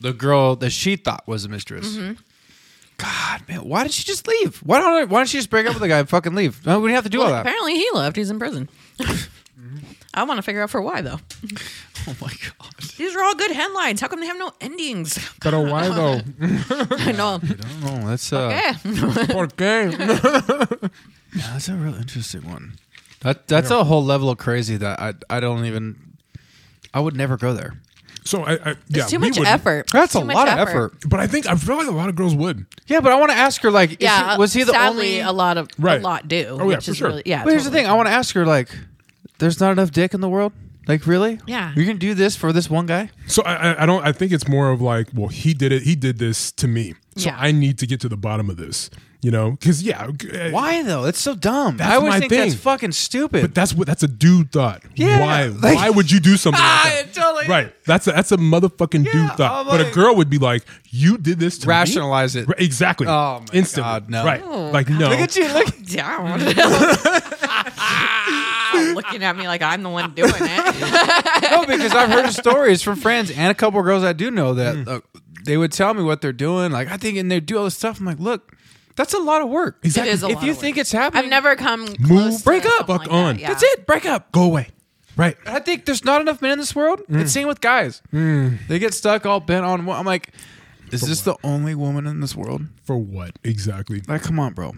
The girl that she thought was the mistress. Mm-hmm. God, man, why did she just leave? Why don't I, Why don't she just break up with the guy and fucking leave? No, we didn't have to do all that. Mm-hmm. Apparently, he left. He's in prison. I want to figure out for why though. Oh my god. These are all good headlines. How come they have no endings? but oh, why though? I know. Oh, that's uh, Yeah. okay. yeah, that's a real interesting one. That that's a whole level of crazy that I I don't even. I would never go there. so I, I yeah, It's too we much would- effort. That's Too a much lot of effort. But I think I feel like a lot of girls would. Yeah, but I want to ask her like, is Yeah. he- was he the sadly, only? a lot of Right. a lot do. Oh, yeah, which for is sure. Really, yeah. but here's the totally. thing, I want to ask her like, there's not enough dick in the world. Like really? Yeah. You're gonna do this for this one guy? So I, I- I don't. I think it's more of like, well, he did it. He did this to me. So Yeah. I need to get to the bottom of this. You know, because yeah, uh, Why though? That's so dumb. That's I always my think that's thing. fucking stupid. But that's what that's a dude thought. Yeah, why? like- why would you do something? Ah, like that? it totally- Right. That's a, that's a motherfucking Yeah, dude I'm thought. but a like- girl would be like, "You did this to me?" Rationalize it. Right, exactly. Oh, my Instantly. God, no. Right. like no. look at you. Look. down. Looking at me like I'm the one doing it. No, because I've heard stories from friends and a couple of girls I do know that uh, they would tell me what they're doing. Like I think, and they do all this stuff. I'm like, look, that's a lot of work. Exactly. It is a if lot you of work. think it's happening, I've never come close Move, to break up, something fuck like that, on. yeah. That's it. Break up. Go away. Right. I think there's not enough men in this world. It's same with guys. They get stuck all bent on one. I'm like, is this the only woman in this world? For what? Exactly. Like, come on, bro.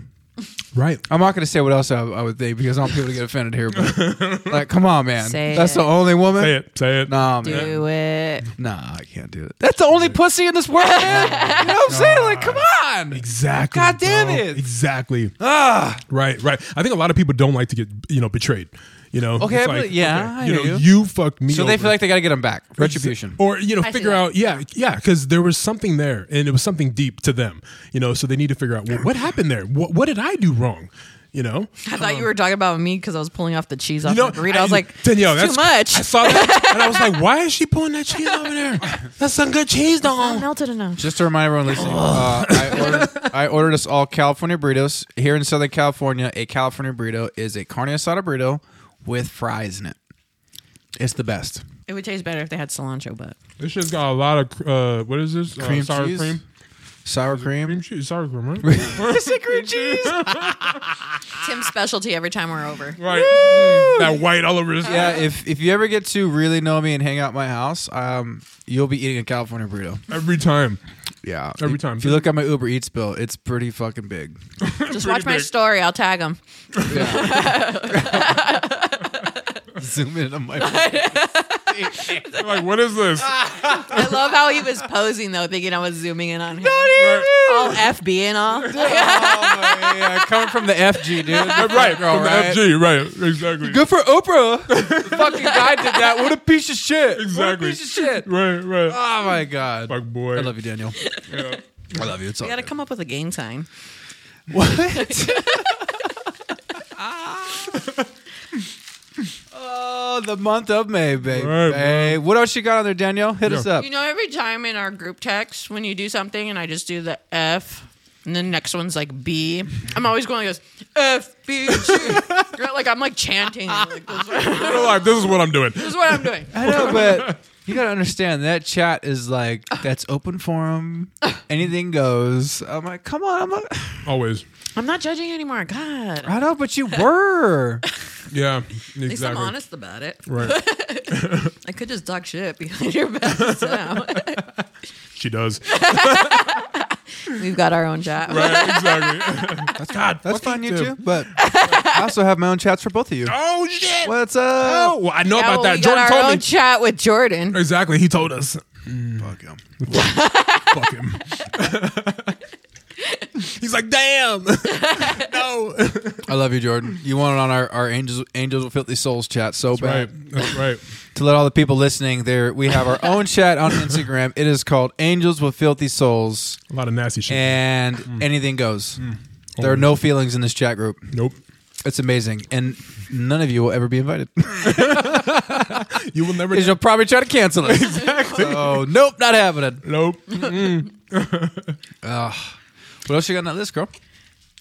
Right. I'm not going to say what else I, I would think because I don't want people to get offended here. But like, come on, man. Say That's it. the only woman. Say it. Say it. Nah, man. Do it. Nah, I can't do it. That's the only pussy in this world, man. You know what I'm saying? Like, come on. Exactly. God damn bro. it. Exactly. Ah, Right, right. I think a lot of people don't like to get you know betrayed. You know, Okay, It's I believe- yeah, I you know, hear you. you fucked me. so they over. feel like they got to get him back. Retribution. or you know, see figure that. out. Yeah, yeah, because there was something there, and it was something deep to them. You know, so they need to figure out well, what happened there. What, what did I do wrong? You know, I thought you were talking about me because I was pulling off the cheese off you know, the burrito. I, was like, Danielle, too that's I much. saw that, and I was like, why is she pulling that cheese over there? That's some good cheese, though. melted enough. Just to remind everyone listening, uh, I, ordered, I ordered us all California burritos. Here in Southern California, a California burrito is a carne asada burrito with fries in it. It's the best. It would taste better if they had cilantro, but This shit's got a lot of uh, what is this? Cream sour cheese? cream? sour cream. cheese, sour cream, right? cream cheese. Tim's specialty every time we're over. right. That white all over his Yeah, if if you ever get to really know me and hang out at my house, um, you'll be eating a California burrito. every time. Yeah, Every If- time. If you look at my Uber Eats bill, it's pretty fucking big. Just watch my big. story. I'll tag him. Zoom in on my. They're like, what is this? I love how he was posing though, thinking I was zooming in on him. Right. all FB and all. Oh, yeah, coming from the FG, dude. Right, Girl, from the right? FG, right, exactly. Good for Oprah. the fucking guy did that. What a piece of shit. What a Exactly. piece of shit. Right, right. Oh my god. Fuck boy. I love you, Daniel. I love you. It's all We gotta good. come up with a gang sign. What? oh, the month of May, babe. Right, Hey, what else you got on there, Danielle? Hit us up. You know, every time in our group text when you do something and I just do the F and the next one's like B, I'm always going like this F B G. like I'm like chanting. Like, this, is- They're like, this is what I'm doing. this is what I'm doing. I know, but you gotta understand that chat is like that's open forum. Anything goes. I'm like, come on. I'm like, Always. I'm not judging anymore. God. At I know, but you were. Yeah, least I'm exactly. honest about it. Right. I could just talk shit behind your back. So. She does. We've got our own job. Right, exactly. That's Fuck fine, you you too. two. But I also have my own chats for both of you. oh, shit. What's up? Oh, well, I know Yeah, about well, that. we got Jordan our told own me. chat with Jordan. exactly. He told us. Fuck him. Fuck him. He's like, damn. no. I love you, Jordan. You want it on our, our angels angels with filthy souls chat so Right. bad. That's right. To let all the people listening, there we have our own chat on Instagram. It is called Angels with Filthy Souls, A lot of nasty shit. Eh. and Hmm. anything goes. There are no feelings in this chat group. nope. It's amazing, and none of you will ever be invited. You will never. Because you'll probably try to cancel it. Exactly. So, nope, not happening. nope. What else you got on that list, girl?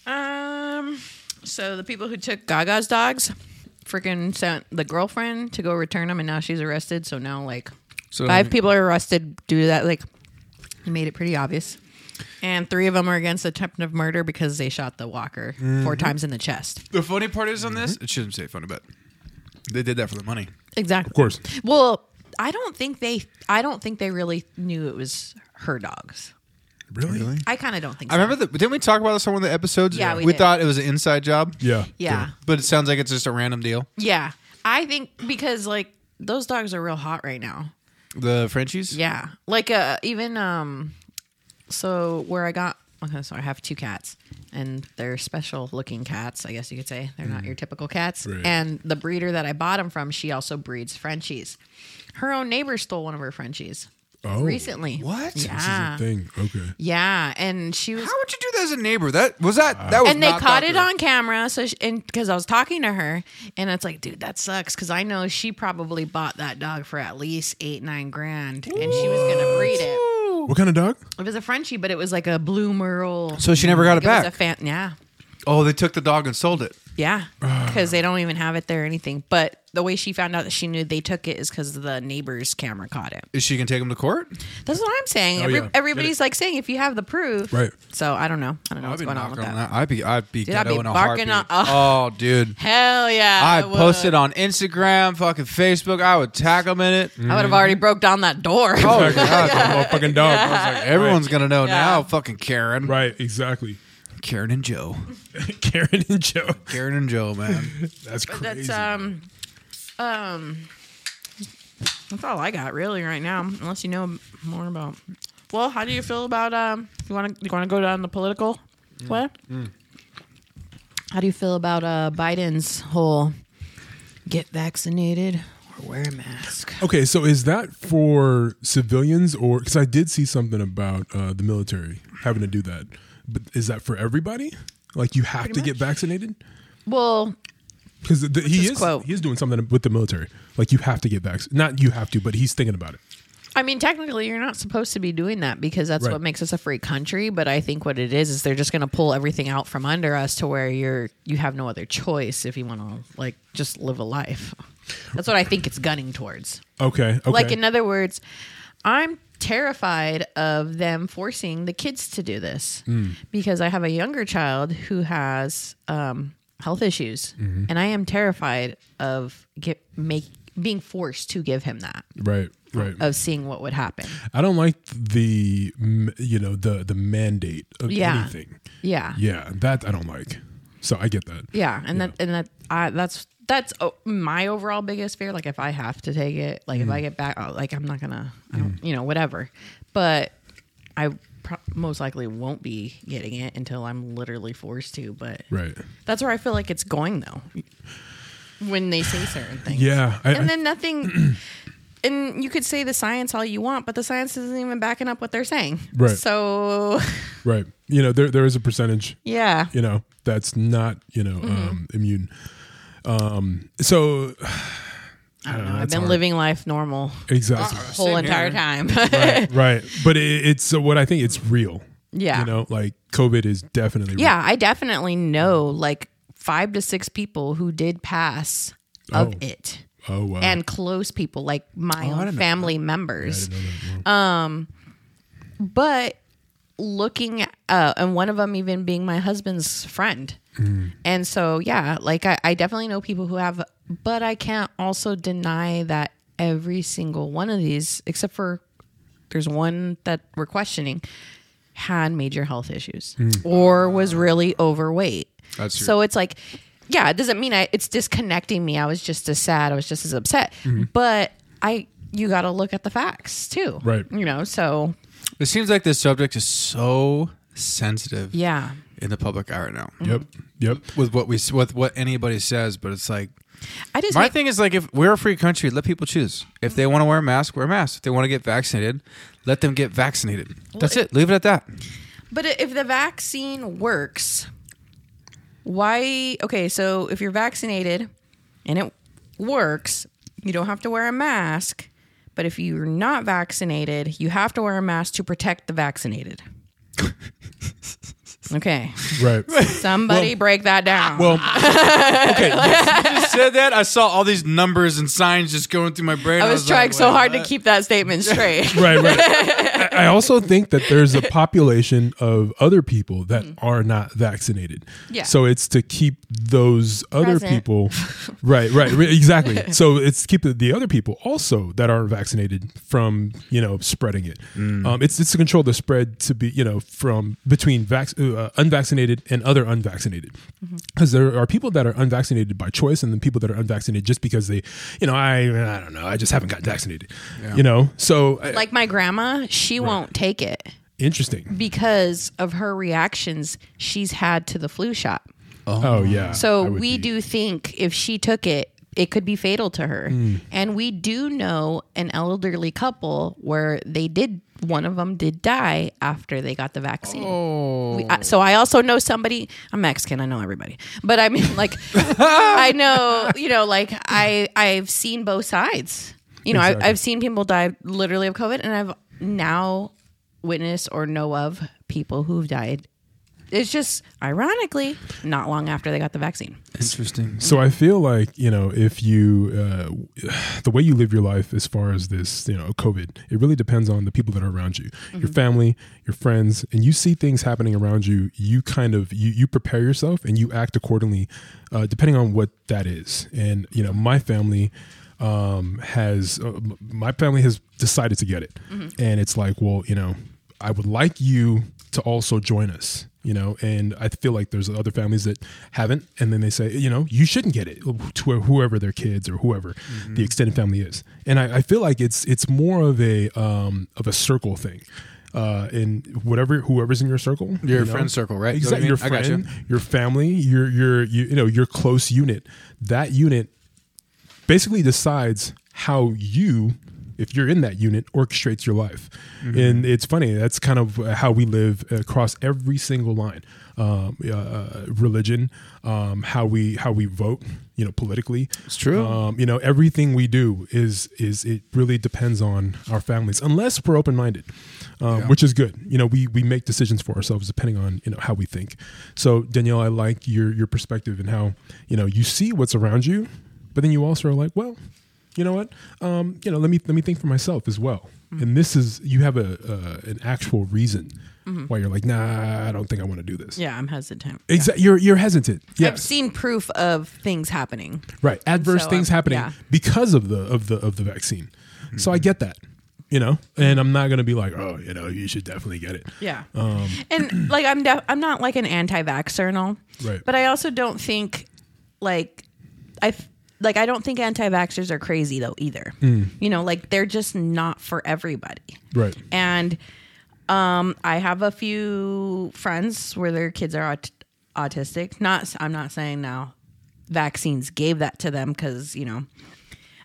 Um, so the people who took Gaga's dogs freaking sent the girlfriend to go return them, and now she's arrested. So now, like, So um, five people are arrested due to that. Like, he made it pretty obvious. And three of them are against attempt of murder because they shot the walker four times in the chest. The funny part is on this. It shouldn't say funny, but they did that for the money. Exactly. Of course. Well, I don't think they. I don't think they really knew it was her dogs. Really? I kind of don't think. I so. remember that. Didn't we talk about this on one of the episodes? Yeah, we did. thought it was an inside job. Yeah. Yeah. But it sounds like it's just a random deal. Yeah. I think because like those dogs are real hot right now. The Frenchies. Yeah. Like uh even um so where I got okay, so I have two cats and they're special looking cats, I guess you could say. They're not Mm. your typical cats. Right. And the breeder that I bought them from, she also breeds Frenchies. Her own neighbor stole one of her Frenchies Oh. recently. What? This is a Yeah. Thing. Okay. Yeah, and she was How would you do that as a neighbor? That was that. that was and they not caught doctored. it on camera. So, she, and because I was talking to her, and it's like, dude, that sucks. Because I know she probably bought that dog for at least eight, nine grand, and she was gonna breed it. What kind of dog? It was a Frenchie, but it was like a blue merle. So she never got it was a back? fan, yeah, Oh, they took the dog and sold it. yeah, because they don't even have it there or anything. But the way she found out that she knew they took it is because the neighbor's camera caught it. Is she gonna take him to court? That's what I'm saying. Oh, Every, yeah. Get it. Everybody's like saying if you have the proof, Right. So I don't know. I don't know what's going on with knocking that. I'd be. I'd be. I'd ghetto be in a barking heartbeat. on- oh, dude. Hell yeah! I would. posted on Instagram, fucking Facebook. I would tag them in it. I would have already broke down that door. Oh Exactly. god. Motherfucking dog. I was like, Everyone's gonna know Yeah. now. Fucking Karen, Right. Exactly. Karen and Joe, Karen and Joe. Karen and Joe, man. That's crazy. That's um, um, that's all I got really right now. Unless you know more about. Well, how do you feel about um? You want to you want to go down the political way? How do you feel about uh Biden's whole get vaccinated or wear a mask? Okay, so is that for civilians or because I did see something about uh, the military having to do that, but is that for everybody? Like you have to get vaccinated Well, because he his is quote? he is doing something with the military. Like you have to get vaccinated, not you have to, but he's thinking about it. I mean, technically, you're not supposed to be doing that because that's Right. what makes us a free country. But I think what it is is they're just going to pull everything out from under us to where you're you have no other choice if you want to like just live a life. That's what I think it's gunning towards. Okay, okay, Like in other words, I'm terrified of them forcing the kids to do this Hmm. because I have a younger child who has um, health issues, Mm-hmm. and I am terrified of get, make, being forced to give him that Right. Right. of seeing what would happen. I don't like the mm, you know the the mandate of Yeah. anything. Yeah, yeah, Yeah, that I don't like. So I get that. and that and that I, that's that's oh, my overall biggest fear. Like if I have to take it, like Mm. if I get back, oh, like I'm not gonna, I don't, you know, whatever. But I pro- most likely won't be getting it until I'm literally forced to. But Right. That's where I feel like it's going though. When they say certain things. Yeah. I, And then nothing and you could say the science all you want, but the science isn't even backing up what they're saying. Right. So I- right. You know there there is a percentage yeah. you know that's not you know Mm-hmm. um, immune. Um. So I don't know. I've that's been hard. living life normal exactly. the whole same entire here. time. Uh, right. But it, it's uh, what I think it's real. Yeah. You know, like COVID is definitely real. yeah, I definitely know like five to six people who did pass of Oh. it. Oh wow. And close people like my own family members. I didn't know that. Wow. but looking uh and one of them even being my husband's friend and so yeah like I, I definitely know people who have but i can't also deny that every single one of these except for there's one that we're questioning had major health issues or was really overweight That's your- so it's like yeah it doesn't mean I, it's disconnecting me i was just as sad i was just as upset but i you got to look at the facts too Right. you know so It seems like this subject is so sensitive yeah Mm. in the public eye right now. Yep. Yep. With what we s- with what anybody says, but it's like I just my make- thing is like if we're a free country, let people choose. If they want to wear a mask, wear a mask. If they want to get vaccinated, let them get vaccinated. That's it. Leave it at that. but i- if the vaccine works, why? Okay, so if you're vaccinated and it works, you don't have to wear a mask. But if you're not vaccinated, you have to wear a mask to protect the vaccinated. Okay, Right. somebody break that down. Well, okay. said that, I saw all these numbers and signs just going through my brain. I was trying so hard to keep that statement straight. right, right. I- I also think that there's a population of other people that are not vaccinated. Mm. Yeah. So it's to keep those other Present. people. Right, right, right, exactly. So it's to keep the, the other people also that are vaccinated from you know spreading it. Um, it's it's to control the spread to be you know from between vac- uh, unvaccinated and other unvaccinated. Mm-hmm. Because there are people that are unvaccinated by choice, and then people that are unvaccinated just because they, you know, I I don't know, I just haven't gotten vaccinated, you know. So I- Like my grandma, she won't take it Interesting. because of her reactions she's had to the flu shot. Oh, yeah. So I would we be- do think if she took it, it could be fatal to her. Hmm. And we do know an elderly couple where they did one of them did die after they got the vaccine. We, I, so I also know somebody. I'm Mexican. I know everybody, but I mean, like, I know you know, like I I've seen both sides. You know, Exactly. I, I've seen people die literally of COVID, and I've now witnessed or know of people who've died. It's just ironically not long after they got the vaccine. Interesting. So I feel like you know if you uh, the way you live your life as far as this you know COVID, it really depends on the people that are around you, Mm-hmm. your family, your friends, and you see things happening around you. You kind of you you prepare yourself and you act accordingly, uh, depending on what that is. And you know my family um, has uh, m- my family has decided to get it, Mm-hmm. and it's like well you know I would like you to also join us, you know. And I feel like there's other families that haven't, and then they say, you know, you shouldn't get it to whoever their kids or whoever Mm-hmm. the extended family is. And I, I feel like it's it's more of a um, of a circle thing. Uh, and whatever, whoever's in your circle, Your you friend circle, right? Is that what Exactly. you Your mean? I got friend, your family, your your you, you know your close unit. That unit basically decides how you if you're in that unit orchestrates your life and it's funny that's kind of how we live across every single line um, uh, uh, religion um, how we how we vote you know politically it's true. um, you know everything we do is is it really depends on our families unless we're open-minded um, which is good you know we we make decisions for ourselves depending on you know how we think so danielle i like your your perspective and how you know you see what's around you but then you also are like, well, you know what? Um, you know, let me let me think for myself as well. And this is you have a uh, an actual reason why you're like, nah, I don't think I want to do this. Yeah, I'm hesitant. Exactly. You're you're hesitant. Yes. I've seen proof of things happening. right adverse So, things um, happening yeah. Mm-hmm. because of the of the of the vaccine so i get that you know and i'm not gonna be like oh you know you should definitely get it Yeah. and like I'm def- I'm not like an anti-vaxxer and all. Right. But I also don't think like I f- like I don't think anti-vaxxers are crazy though either. You know, like they're just not for everybody. right And um, I have a few friends where their kids are aut- autistic. Not, I'm not saying now vaccines gave that to them because you know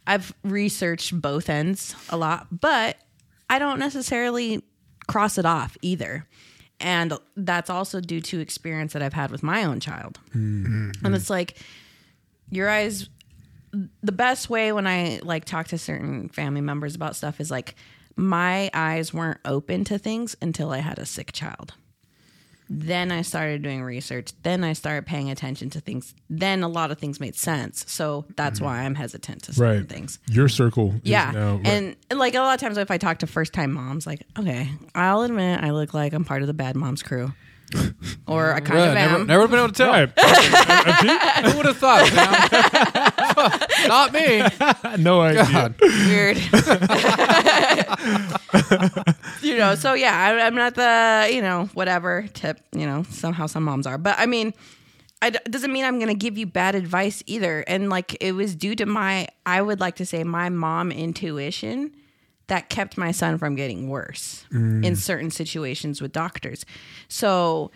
I've researched both ends a lot, but I don't necessarily cross it off either. And that's also due to experience that I've had with my own child. And it's like your eyes the best way when I like talk to certain family members about stuff is like my eyes weren't open to things until I had a sick child. Then I started doing research. Then I started paying attention to things. Then a lot of things made sense. So that's Mm-hmm. why I'm hesitant to certain right things. your circle Yeah. is now, right. And and, like a lot of times if I talk to first time moms, like, okay, I'll admit I look like I'm part of the bad mom's crew. or I kind Bruh, of am. never, never been able to tell. Right. Who would have thought? Sam? Not me. no idea God. weird. you know, so yeah, I, I'm not the, you know, whatever tip, you know, somehow some moms are. But I mean, it doesn't mean I'm going to give you bad advice either. And like, it was due to my, I would like to say, my mom intuition that kept my son from getting worse in certain situations with doctors. So,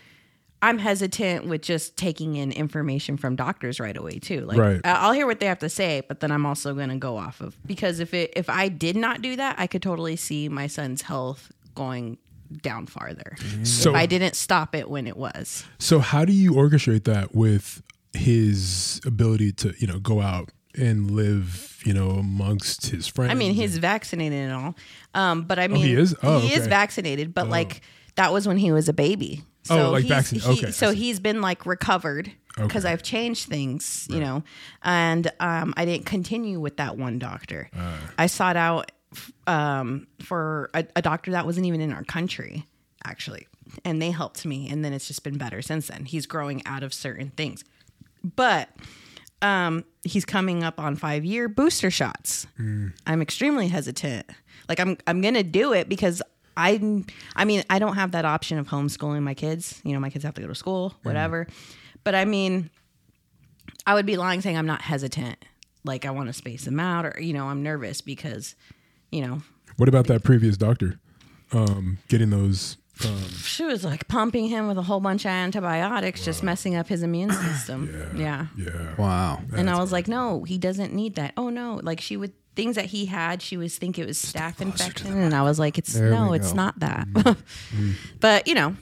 I'm hesitant with just taking in information from doctors right away too. Like Right. I- I'll hear what they have to say, but then I'm also going to go off of because if it if I did not do that, I could totally see my son's health going down farther. So- if I didn't stop it when it was. so how do you orchestrate that with his ability to you know go out and live you know amongst his friends I mean, his. he's vaccinated and all. Um, but I mean, he is? Oh, he is okay. vaccinated, but like that was when he was a baby. Oh, So like he's, vaccinated. he- Okay, I so see. he's been like recovered because I've changed things, you know, and um, I didn't continue with that one doctor. Uh. I sought out f- um, for a, a doctor that wasn't even in our country, actually, and they helped me. And then it's just been better since then. He's growing out of certain things, but um, he's coming up on five year booster shots. I'm extremely hesitant. Like I'm I'm gonna do it because I I mean I don't have that option of homeschooling my kids. You know my kids have to go to school, whatever. But I mean, I would be lying saying I'm not hesitant. Like I want to space them out, or you know I'm nervous because you know What about that previous doctor? Um, getting those. Um, she was like pumping him with a whole bunch of antibiotics, just messing up his immune system. yeah. yeah. Wow. and I was like, no, he doesn't need that. Oh no, like she would things that he had, she was think it was staph infection, and I was like, it's There no, we it's go. not that. but you know,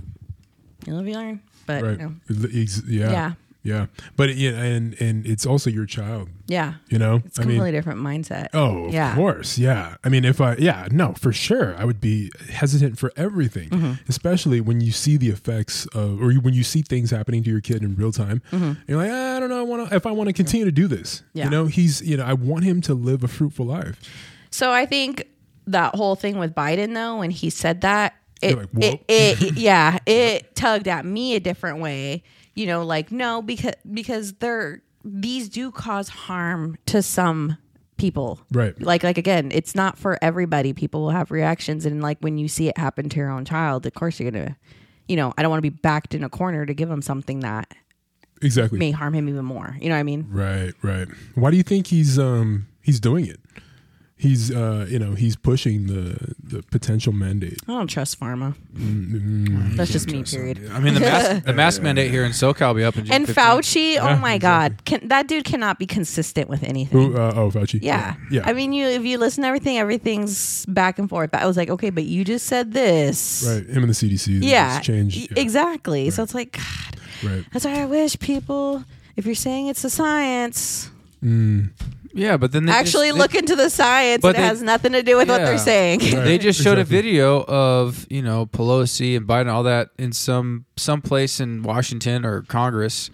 you'll be learn. But Right. you know, Ex- Yeah. Yeah. Yeah. But yeah, and and it's also your child. yeah, You know. it's a completely different mindset. Oh, of yeah. course. Yeah. I mean, if I, yeah, no, for sure. I would be hesitant for everything, Mm-hmm. especially when you see the effects of, or you, when you see things happening to your kid in real time. You're like, "Ah, I don't know I wanna, if I want to continue to do this. Mm-hmm. Yeah. You know, he's, you know, I want him to live a fruitful life. So I think that whole thing with Biden, though, when he said that, it, You're like, it, whoa. it, yeah, it tugged at me a different way. You know, like no, because because they're these do cause harm to some people, Right. Like like again, it's not for everybody. People will have reactions, and like when you see it happen to your own child, of course you're gonna, you know, I don't want to be backed in a corner to give him something that Exactly. may harm him even more. You know what I mean? Right, right. Why do you think he's um he's doing it? He's uh you know he's pushing the the potential mandate. Mm, I don't trust pharma. That's just me. Period. I mean, the mask, the mask mandate here in SoCal will be up in June and 15th. Fauci, oh my God, can, that dude cannot be consistent with anything. Who, uh, oh, Fauci. Yeah. yeah. I mean, you if you listen to everything, everything's back and forth. But I was like, okay, but you just said this, right. Him and the CDC. they Yeah, e- just changed. y- Yeah, exactly. So it's like, God, Right. that's why I wish people, if you're saying it's a science, Yeah, but then they actually just, they- look into the science. But it they- has nothing to do with what Yeah. they're saying. They just showed Exactly. a video of you know Pelosi and Biden all that in some some place in Washington or Congress,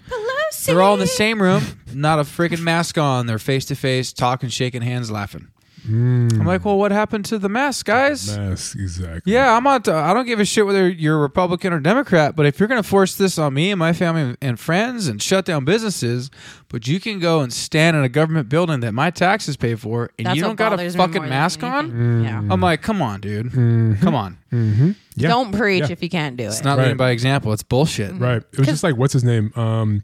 They're all in the same room, not a freaking mask on. They're face to face, talking, shaking hands, laughing. I'm like, well, what happened to the mask, guys? Yes, exactly. Yeah, I'm not. uh, I don't give a shit whether you're Republican or Democrat. But if you're going to force this on me and my family and friends and shut down businesses, but you can go and stand in a government building that my taxes pay for, and That's you what don't got a bothers me more fucking than mask on. anything. Yeah. I'm like, come on, dude, Mm-hmm. come on. Yeah. Don't preach Yeah. if you can't do it. It's not Right. leading by example. It's bullshit. Mm-hmm. Right. It was just like what's his name, um,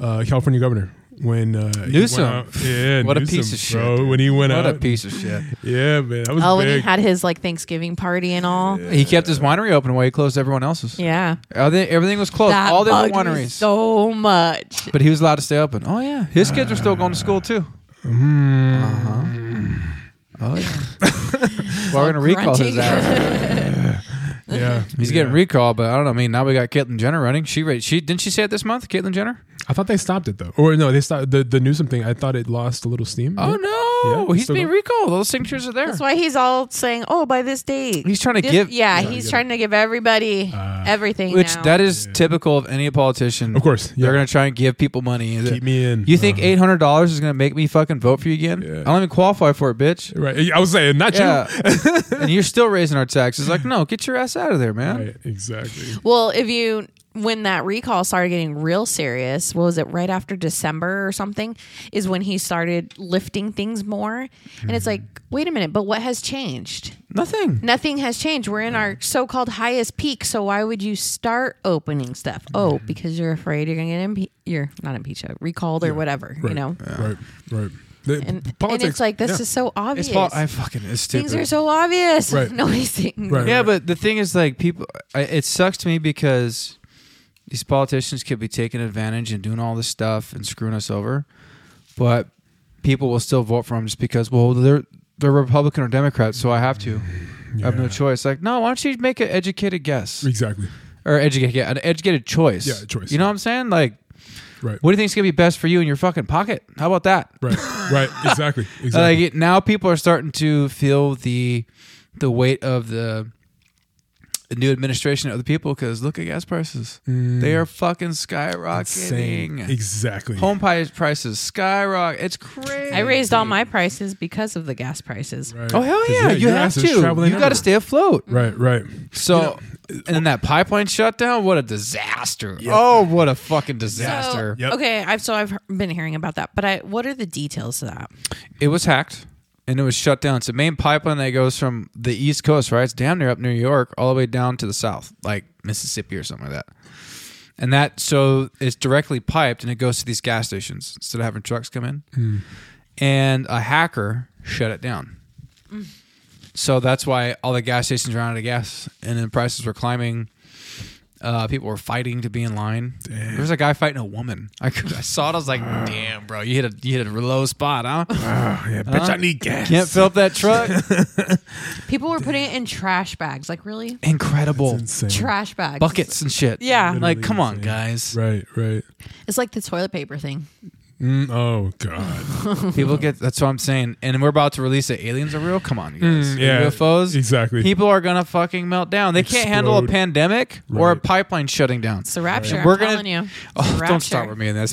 uh, California governor when uh, he went Newsom. out- Yeah, What a Newsom, piece of bro, shit. When he went What out, a piece of shit. Yeah, man, that was Oh, when he big. had his like Thanksgiving party and all. Yeah. He kept his winery open while he closed everyone else's. Are they- everything was closed. That Oh, All the other bugged me wineries. So much. but he was allowed to stay open. Oh yeah, his kids are still going to school too. Mm-hmm. Uh-huh. Oh yeah. well, we're gonna recall his grunting. ass. yeah, He's yeah. getting recalled, but I don't know. I mean, now we got Caitlyn Jenner running. She ra- she didn't she say it this month? Caitlyn Jenner. I thought they stopped it though, or no, they stopped the the Newsom thing. I thought it lost a little steam. Oh no, Yeah, he's still being going. recalled. All the signatures are there. That's why he's all saying, "Oh, by this date." he's trying to Just- give. yeah, he's trying to Uh, give everybody everything. Which now. that is typical of any politician. Of course, yeah. they're gonna try and give people money. Keep me in. Uh-huh. You think eight hundred dollars is gonna make me fucking vote for you again? I don't even qualify for it, bitch. Right. I was saying not Yeah, you. and you're still raising our taxes. Like, no, get your ass out of there, man. Right, exactly. Well, if you when that recall started getting real serious, what was it right after December or something? Is when he started lifting things more, and Hmm. it's like, wait a minute, but what has changed? Nothing. Nothing has changed. We're in our so-called highest peak, so why would you start opening stuff? Oh, because you're afraid you're going to get impe- you're not impeached, uh, recalled or whatever, you know. Right. Right. The- And, and politics, it's like this yeah. is so obvious. It's Paul. I fucking it's stupid. Things are so obvious. Right. Nobody's seeing. Right. yeah, but the thing is, like, people. I, it sucks to me because these politicians could be taking advantage and doing all this stuff and screwing us over, but people will still vote for them just because. Well, they're they're Republican or Democrat, so I have to. I have no Yeah. choice. Like, no, why don't you make an educated guess Exactly. or educated an educated choice? Yeah, choice. You know what I'm saying? Like, Right. what do you think's gonna be best for you in your fucking pocket? How about that? Right. Right. Exactly. Exactly. Like it- now, people are starting to feel the the weight of the, the new administration of the people because look at gas prices; they are fucking Same. skyrocketing. Exactly. Home price prices skyrocket. It's crazy. I raised all my prices because of the gas prices. Right. Oh hell 'Cause, yeah! you your have ass to. is traveling You got to everywhere. stay afloat. Right. Right. So, and then that pipeline shutdown. What a disaster! Oh, what a fucking disaster! Yep. Okay, I've so I've he- been hearing about that, but I what are the details of that? It was hacked and it was shut down. It's the main pipeline that goes from the East Coast, right? It's damn near up New York, all the way down to the South, like Mississippi or something like that. And that, so it's directly piped and it goes to these gas stations instead of having trucks come in. And a hacker shut it down. So that's why all the gas stations ran out of gas and then prices were climbing. Uh, people were fighting to be in line. There was a guy fighting a woman. I, could, I saw it. I was like, "Damn, bro, you hit a you hit a low spot, huh?" Oh, yeah. Bitch, I need gas. Can't fill up that truck. People were putting it in trash bags. Like really? Incredible Insane. Trash bags. buckets and shit. Yeah. like come on, insane. guys. Right. Right. It's like the toilet paper thing. Mm, oh God. People get that's what I'm saying. And we're about to release it. Aliens are real. Come on, you guys. Mm, yeah, UFOs. exactly. People are gonna fucking melt down. They can't handle a Explode. pandemic or a Right. pipeline shutting down. It's a rapture. We're I'm gonna- telling you. Oh, Rapture. don't start with me in this.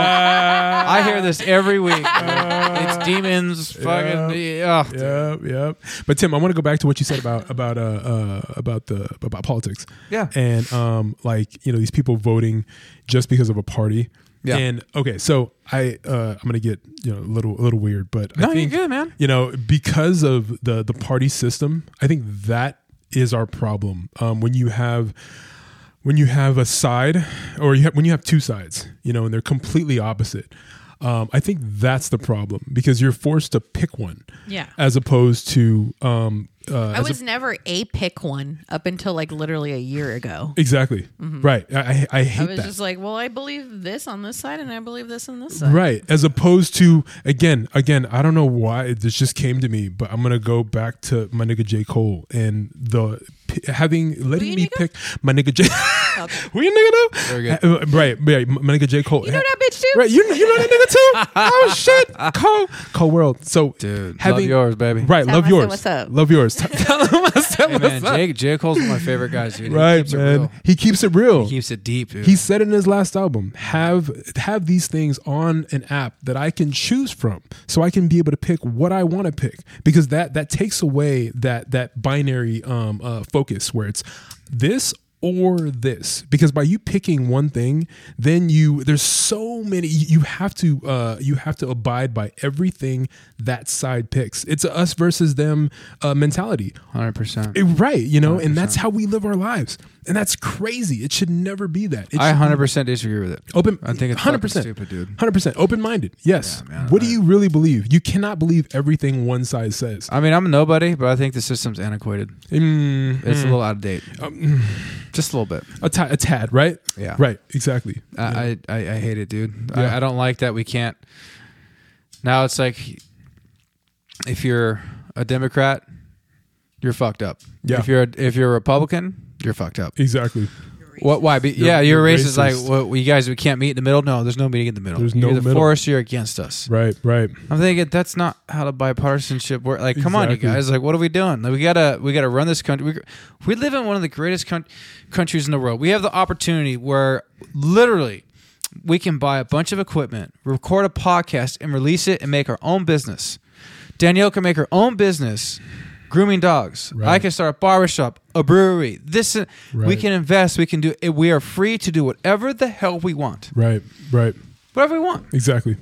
I hear this every week. it's demons. Fucking. Oh, Yeah. Yep, yep. But Tim, I want to go back to what you said about about uh, uh about the about politics. Yeah. And um like, you know, these people voting just because of a party. Yeah. And okay, so I uh I'm going to get, you know, a little a little weird, but No, I you're think good, man. you know, because of the the party system, I think that is our problem. Um when you have when you have a side or you have, when you have two sides, you know, and they're completely opposite. Um, I think that's the problem because you're forced to pick one, Yeah. as opposed to um, uh, I was never a pick one up until like literally a year ago. exactly right. I, I I hate Mm-hmm. I was that. just like, well, I believe this on this side, and I believe this on this side. Right, as opposed to again, again, I don't know why this just came to me, but I'm gonna go back to my nigga J Cole and the p- having letting you me nigga? pick my nigga J. Who you nigga though? Very Uh, Right, right, my nigga J Cole. You know that bitch Christians? Right, you you know that nigga too? oh shit, Cole Cole World. So Dude, love yours, baby. Right, Tell him love I said yours. what's up. Love yours. Tell him I said Hey, man, what's up. Jake, J. Cole's one of my favorite guys, dude. He Right, keeps it man. real. He keeps it real. He keeps it deep, dude. He said in his last album, have have these things on an app that I can choose from, so I can be able to pick what I want to pick because that that takes away that that binary um, uh, focus where it's this or this because by you picking one thing then you there's so many you you have to uh you have to abide by everything that side picks it's a us versus them uh mentality 100%. It- right you know and that's how we live our lives and that's crazy it should never be that it I should- 100% disagree with it. Open. I think it's fucking stupid, dude. Hundred percent. Open minded. Yes. what do you really believe? You cannot believe everything one side says. I mean, I'm a nobody, but I think the system's antiquated. Mm, It's a little out of date. Um, Just a little bit. a, ti- a tad, right? Yeah. Right. Exactly. I, I, I I hate it, dude. Yeah. I, I don't like that we can't. Now it's like if you're a Democrat, you're fucked up. Yeah. If you're a, if you're a Republican, you're fucked up. exactly. What? Why? Be, yeah, you're you're racist. Like, racist. what, you guys, we can't meet in the middle. No, there's no meeting in the middle. There's you're no either middle. for us, you're against us. Right. Right. I'm thinking that's not how the bipartisanship work. Like, come on, you Exactly. guys. Like, what are we doing? Like, we gotta we gotta run this country. We, we live in one of the greatest coun- countries in the world. We have the opportunity where literally we can buy a bunch of equipment, record a podcast, and release it, and make our own business. Danielle can make her own business grooming dogs. I Right. can start a barbershop, a brewery. This is- we Right. can invest. We can do. it. We are free to do whatever the hell we want. Right. Right. Whatever we want. Exactly.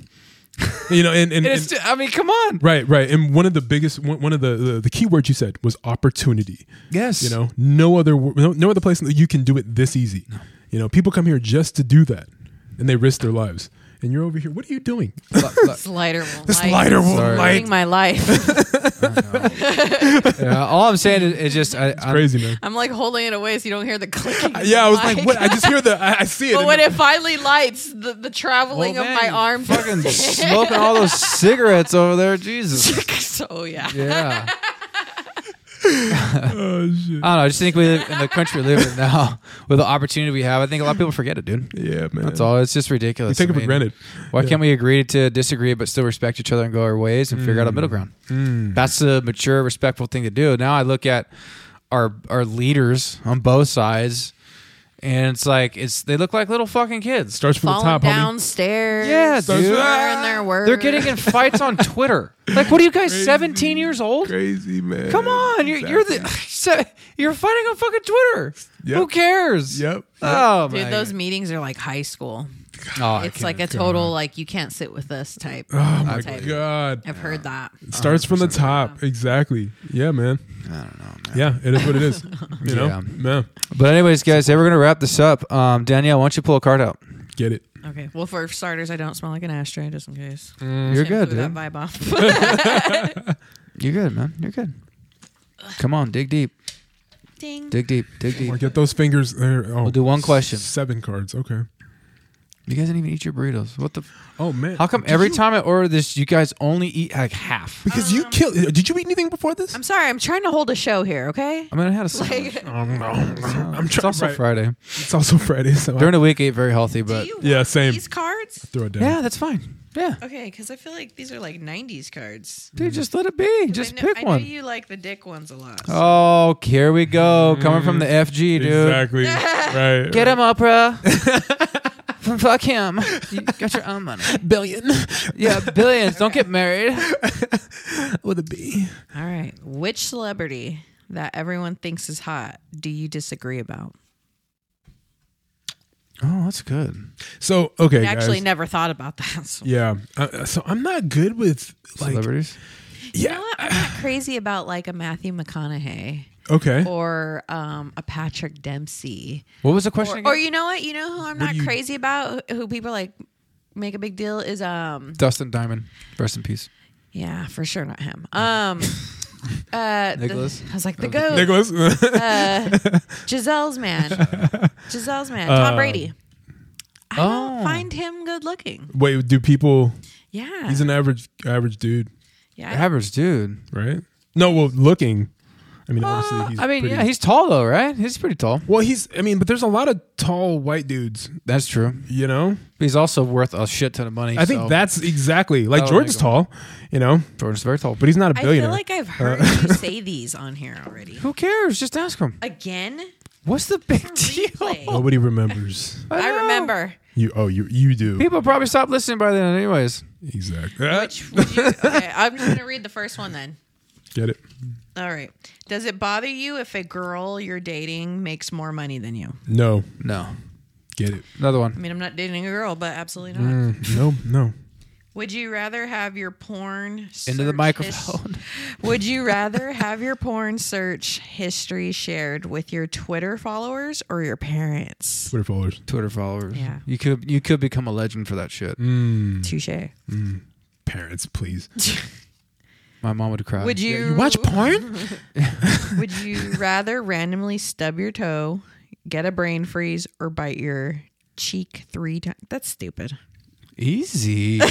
you know, and and, And it's. and- I mean, come on. Right, right, and one of the biggest, one one of the, the the key words you said was opportunity. Yes. you know, no other, wo- no, no other place that you can do it this easy. You know, people come here just to do that, and they risk their lives. And you're over here. What are you doing? This lighter will This light. lighter will Sorry. light. Ruining my life. Yeah, all I'm saying is, is just I, I'm- Crazy man. I'm like holding it away so you don't hear the clicking. of Uh, Yeah, I the was like, mic. what? I just hear the, I, I see it. But and when then- it finally lights, the, the traveling Well, of man, my you arm. fucking smoking all those cigarettes over there, Jesus. so yeah. Yeah, oh shit. I don't know. I just think we live in the country we live in now with the opportunity we have. I think a lot of people forget it, dude. Yeah, man. That's all. It's just ridiculous. We take I it for mean, granted. Why Yeah. can't we agree to disagree but still respect each other and go our ways and figure out a Mm. middle ground? That's the mature, respectful thing to do. Now I look at our our leaders on both sides, and it's like it's they look like little fucking kids. Starts from the Falling top, homie. downstairs. Yeah, dude. slurring their words. They're getting in fights on Twitter. Like, what are you guys, 17 years old? Crazy man. Come on, you're, you're the so- you're fighting on fucking Twitter. Yep. Who cares? Yep. Oh Dude, my those meetings are like high school. God. Oh, It's like a total like you can't sit with us type. Oh my type. god. I've heard that. Starts from the top. Exactly. Yeah, man. I don't know. Yeah, it is what it is. You know, Yeah. man. But anyways, guys, hey, we're gonna wrap this up. Um, Danielle, why don't you pull a card out? Get it. Okay. Well, for starters, I don't smell like an ashtray, just in case. Mm, You're good, Can't blew That dude. vibe off. You're good, man. You're good. Come on, dig deep, Ding. dig deep, dig deep. Or get those fingers there. Oh, We'll do one question. Seven cards. Okay. You guys didn't even eat your burritos. What the? F- Oh man. How come Did every you- time I order this, you guys only eat like half? Because you killed. Did you eat anything before this? I'm sorry. I'm trying to hold a show here. Okay. I mean, I had a sandwich. Um, no, no. I'm It's trying. also right. Friday. It's also Friday. So During I the week, I ate very healthy, but Do you Yeah, want same. These cards. throw it down. yeah, Oh. that's fine. Yeah, Okay, because I feel like these are like '90s cards. dude, just let it be. Just I know, pick I know one. you like the dick ones a lot. Oh, here we go. Coming from the FG, dude. Exactly. right. Get him, Oprah. Fuck him. You got your own money. billion Yeah, billions. Don't get married. with a B. All right. Which celebrity that everyone thinks is hot do you disagree about? Oh, that's good. So okay, I actually guys. never thought about that. So. yeah. Uh, so I'm not good with like Celebrities. yeah. You know what? I'm not crazy about like a Matthew McConaughey Okay. or um, a Patrick Dempsey. What was the question? Or, or again? you know what? You know who What I'm not do you- crazy about? Who people like make a big deal is um Dustin Diamond. Rest in peace. yeah for sure not him um uh the- Nicholas? I was like the goat Nicholas. uh, Giselle's man. Giselle's man. Tom Brady. I Um, Oh. don't find him good looking. Wait, do people? Yeah. He's an average average dude, yeah. Average dude. right? No, well, looking. I mean, Uh, Uh, obviously, he's I mean, pretty, yeah, he's tall though, right? He's pretty tall. well, he's. I mean, but there's a lot of tall white dudes. That's true. You know, But he's also worth a shit ton of money. I think so- that's exactly like Oh, Jordan's there you tall. You know, Jordan's very tall. but he's not a I feel billionaire. like I've Uh, heard you say these on here already. who cares? Just ask him. Again? What's the big Replay. deal? Nobody remembers. I, know. remember. You oh you you do People probably stopped listening by then, anyways. exactly. Uh, Which would you, okay, I'm just going to read the first one then. Get it? All right. Does it bother you if a girl you're dating makes more money than you? No, No, get it? another I one. mean, I'm not dating a girl, but absolutely not. Mm. No, no. Would you rather have your porn Into the search microphone. his- would you rather have your porn search history shared with your Twitter followers or your parents? Twitter followers. Twitter followers. Yeah. you could you could become a legend for that shit. Touche. Parents, please. My mom would cry. Would you, porn? Would you rather randomly stub your toe, get a brain freeze, or bite your cheek three times? That's stupid. Easy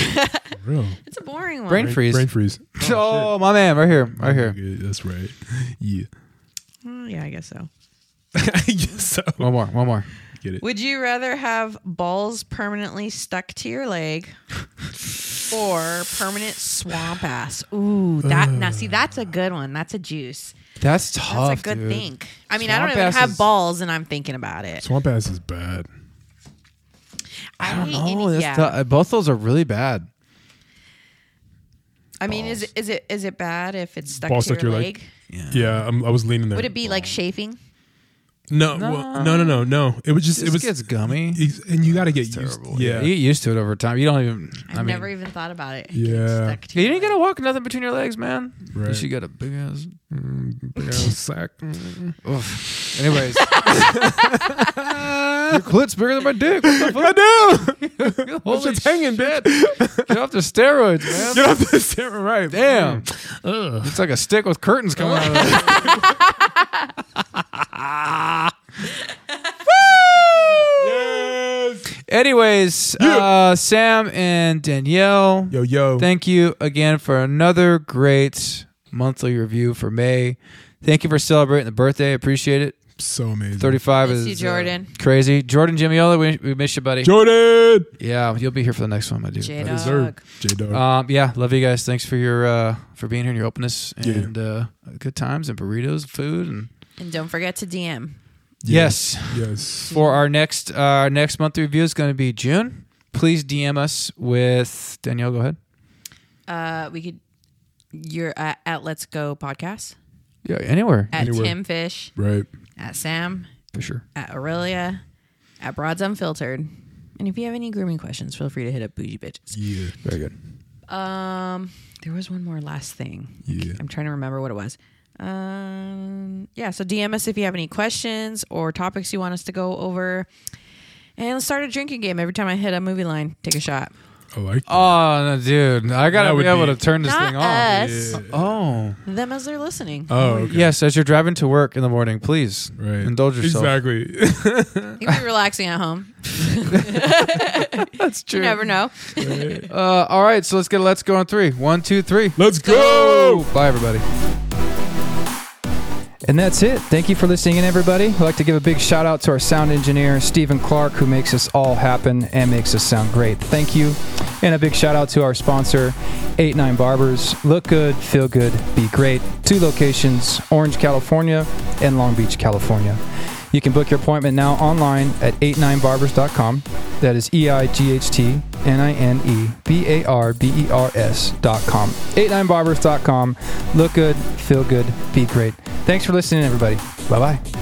Real. It's a boring one. brain freeze. Brain freeze. Oh, my man, right here, right here. Okay, that's right. Yeah. Mm, yeah, I guess so. I guess so. One more, one more. Get it? Would you rather have balls permanently stuck to your leg or permanent swamp ass? Ooh, that now see that's a good one. That's a juice. That's That's tough. a good dude. thing. I mean, I Swamp don't even ass have is- balls, and I'm thinking about it. Swamp ass is bad. I, I don't hate any- know. Oh, That's yeah. tou- Both those are really bad. I mean, is is it is it bad if it's stuck Balls to stuck your to your leg? leg? Yeah, I'm, I was leaning there. Would it be like chafing? No, well, no, no, no, no. It was just. It it was. gets gummy. ex- and you got to get used. Yeah. you get used to it over time. You don't even. I've I mean, never even thought about it. Yeah. It's stuck to you your ain't leg. gotta walk nothing between your legs, man. Right. Right. She got a big ass. Big ass sack. Oof. Anyways, your clit's bigger than my dick. I do. Holy It's hanging, bitch. Get off the steroids, man. Get off the camera, right? Damn. It's like a stick with curtains coming out of it. Yes. Anyways, uh, Sam and Danielle, Yo, yo. thank you again for another great monthly review for May. Thank you for celebrating the birthday. Appreciate it. so amazing. 35 Miss is you, uh, Jordan. crazy. Jordan Jamiola, we, we miss you, buddy. Jordan. yeah, you'll be here for the next one, my dude. J-Dog. Deserved. J Dog. Um, yeah, love you guys. Thanks for your uh, for being here and your openness Yeah. and uh, good times and burritos and food and And don't forget to DM. yes. Yes. For our next uh, our next month review is going to be June. Please DM us with Danielle. Go ahead. Uh, we could. You're at, at Let's Go Podcast Yeah, anywhere at Anywhere. Tim Fish Right. at Sam for sure. at Aurelia at Broads Unfiltered. And if you have any grooming questions, feel free to hit up Bougie Bitches. Yeah. Very good. Um, there was one more last thing. Yeah. I'm trying to remember what it was. Um, yeah, so DM us if you have any questions or topics you want us to go over. And let's start a drinking game. Every time I hit a movie line, take a shot. I like. that. Oh, no, dude, I That gotta would be able be- to turn this Not thing off. us, Oh, them as they're listening. Uh, Oh, okay. yes. As you're driving to work in the morning, please Right. indulge yourself. Exactly. You can be relaxing at home. That's true. You never know. Uh, all right, so let's get a let's go on three. One, two, three. Let's go. Bye, everybody. And that's it. Thank you for listening in, everybody. I'd like to give a big shout out to our sound engineer, Stephen Clark, who makes this all happen and makes us sound great. Thank you. And a big shout out to our sponsor, 89 Barbers. Look good, feel good, be great. Two locations Orange, California, and Long Beach, California. You can book your appointment now online at 89barbers.com. That is E I G H T N I N E B A R B E R S.com. 89barbers.com. Look good, feel good, be great. Thanks for listening, everybody. Bye bye.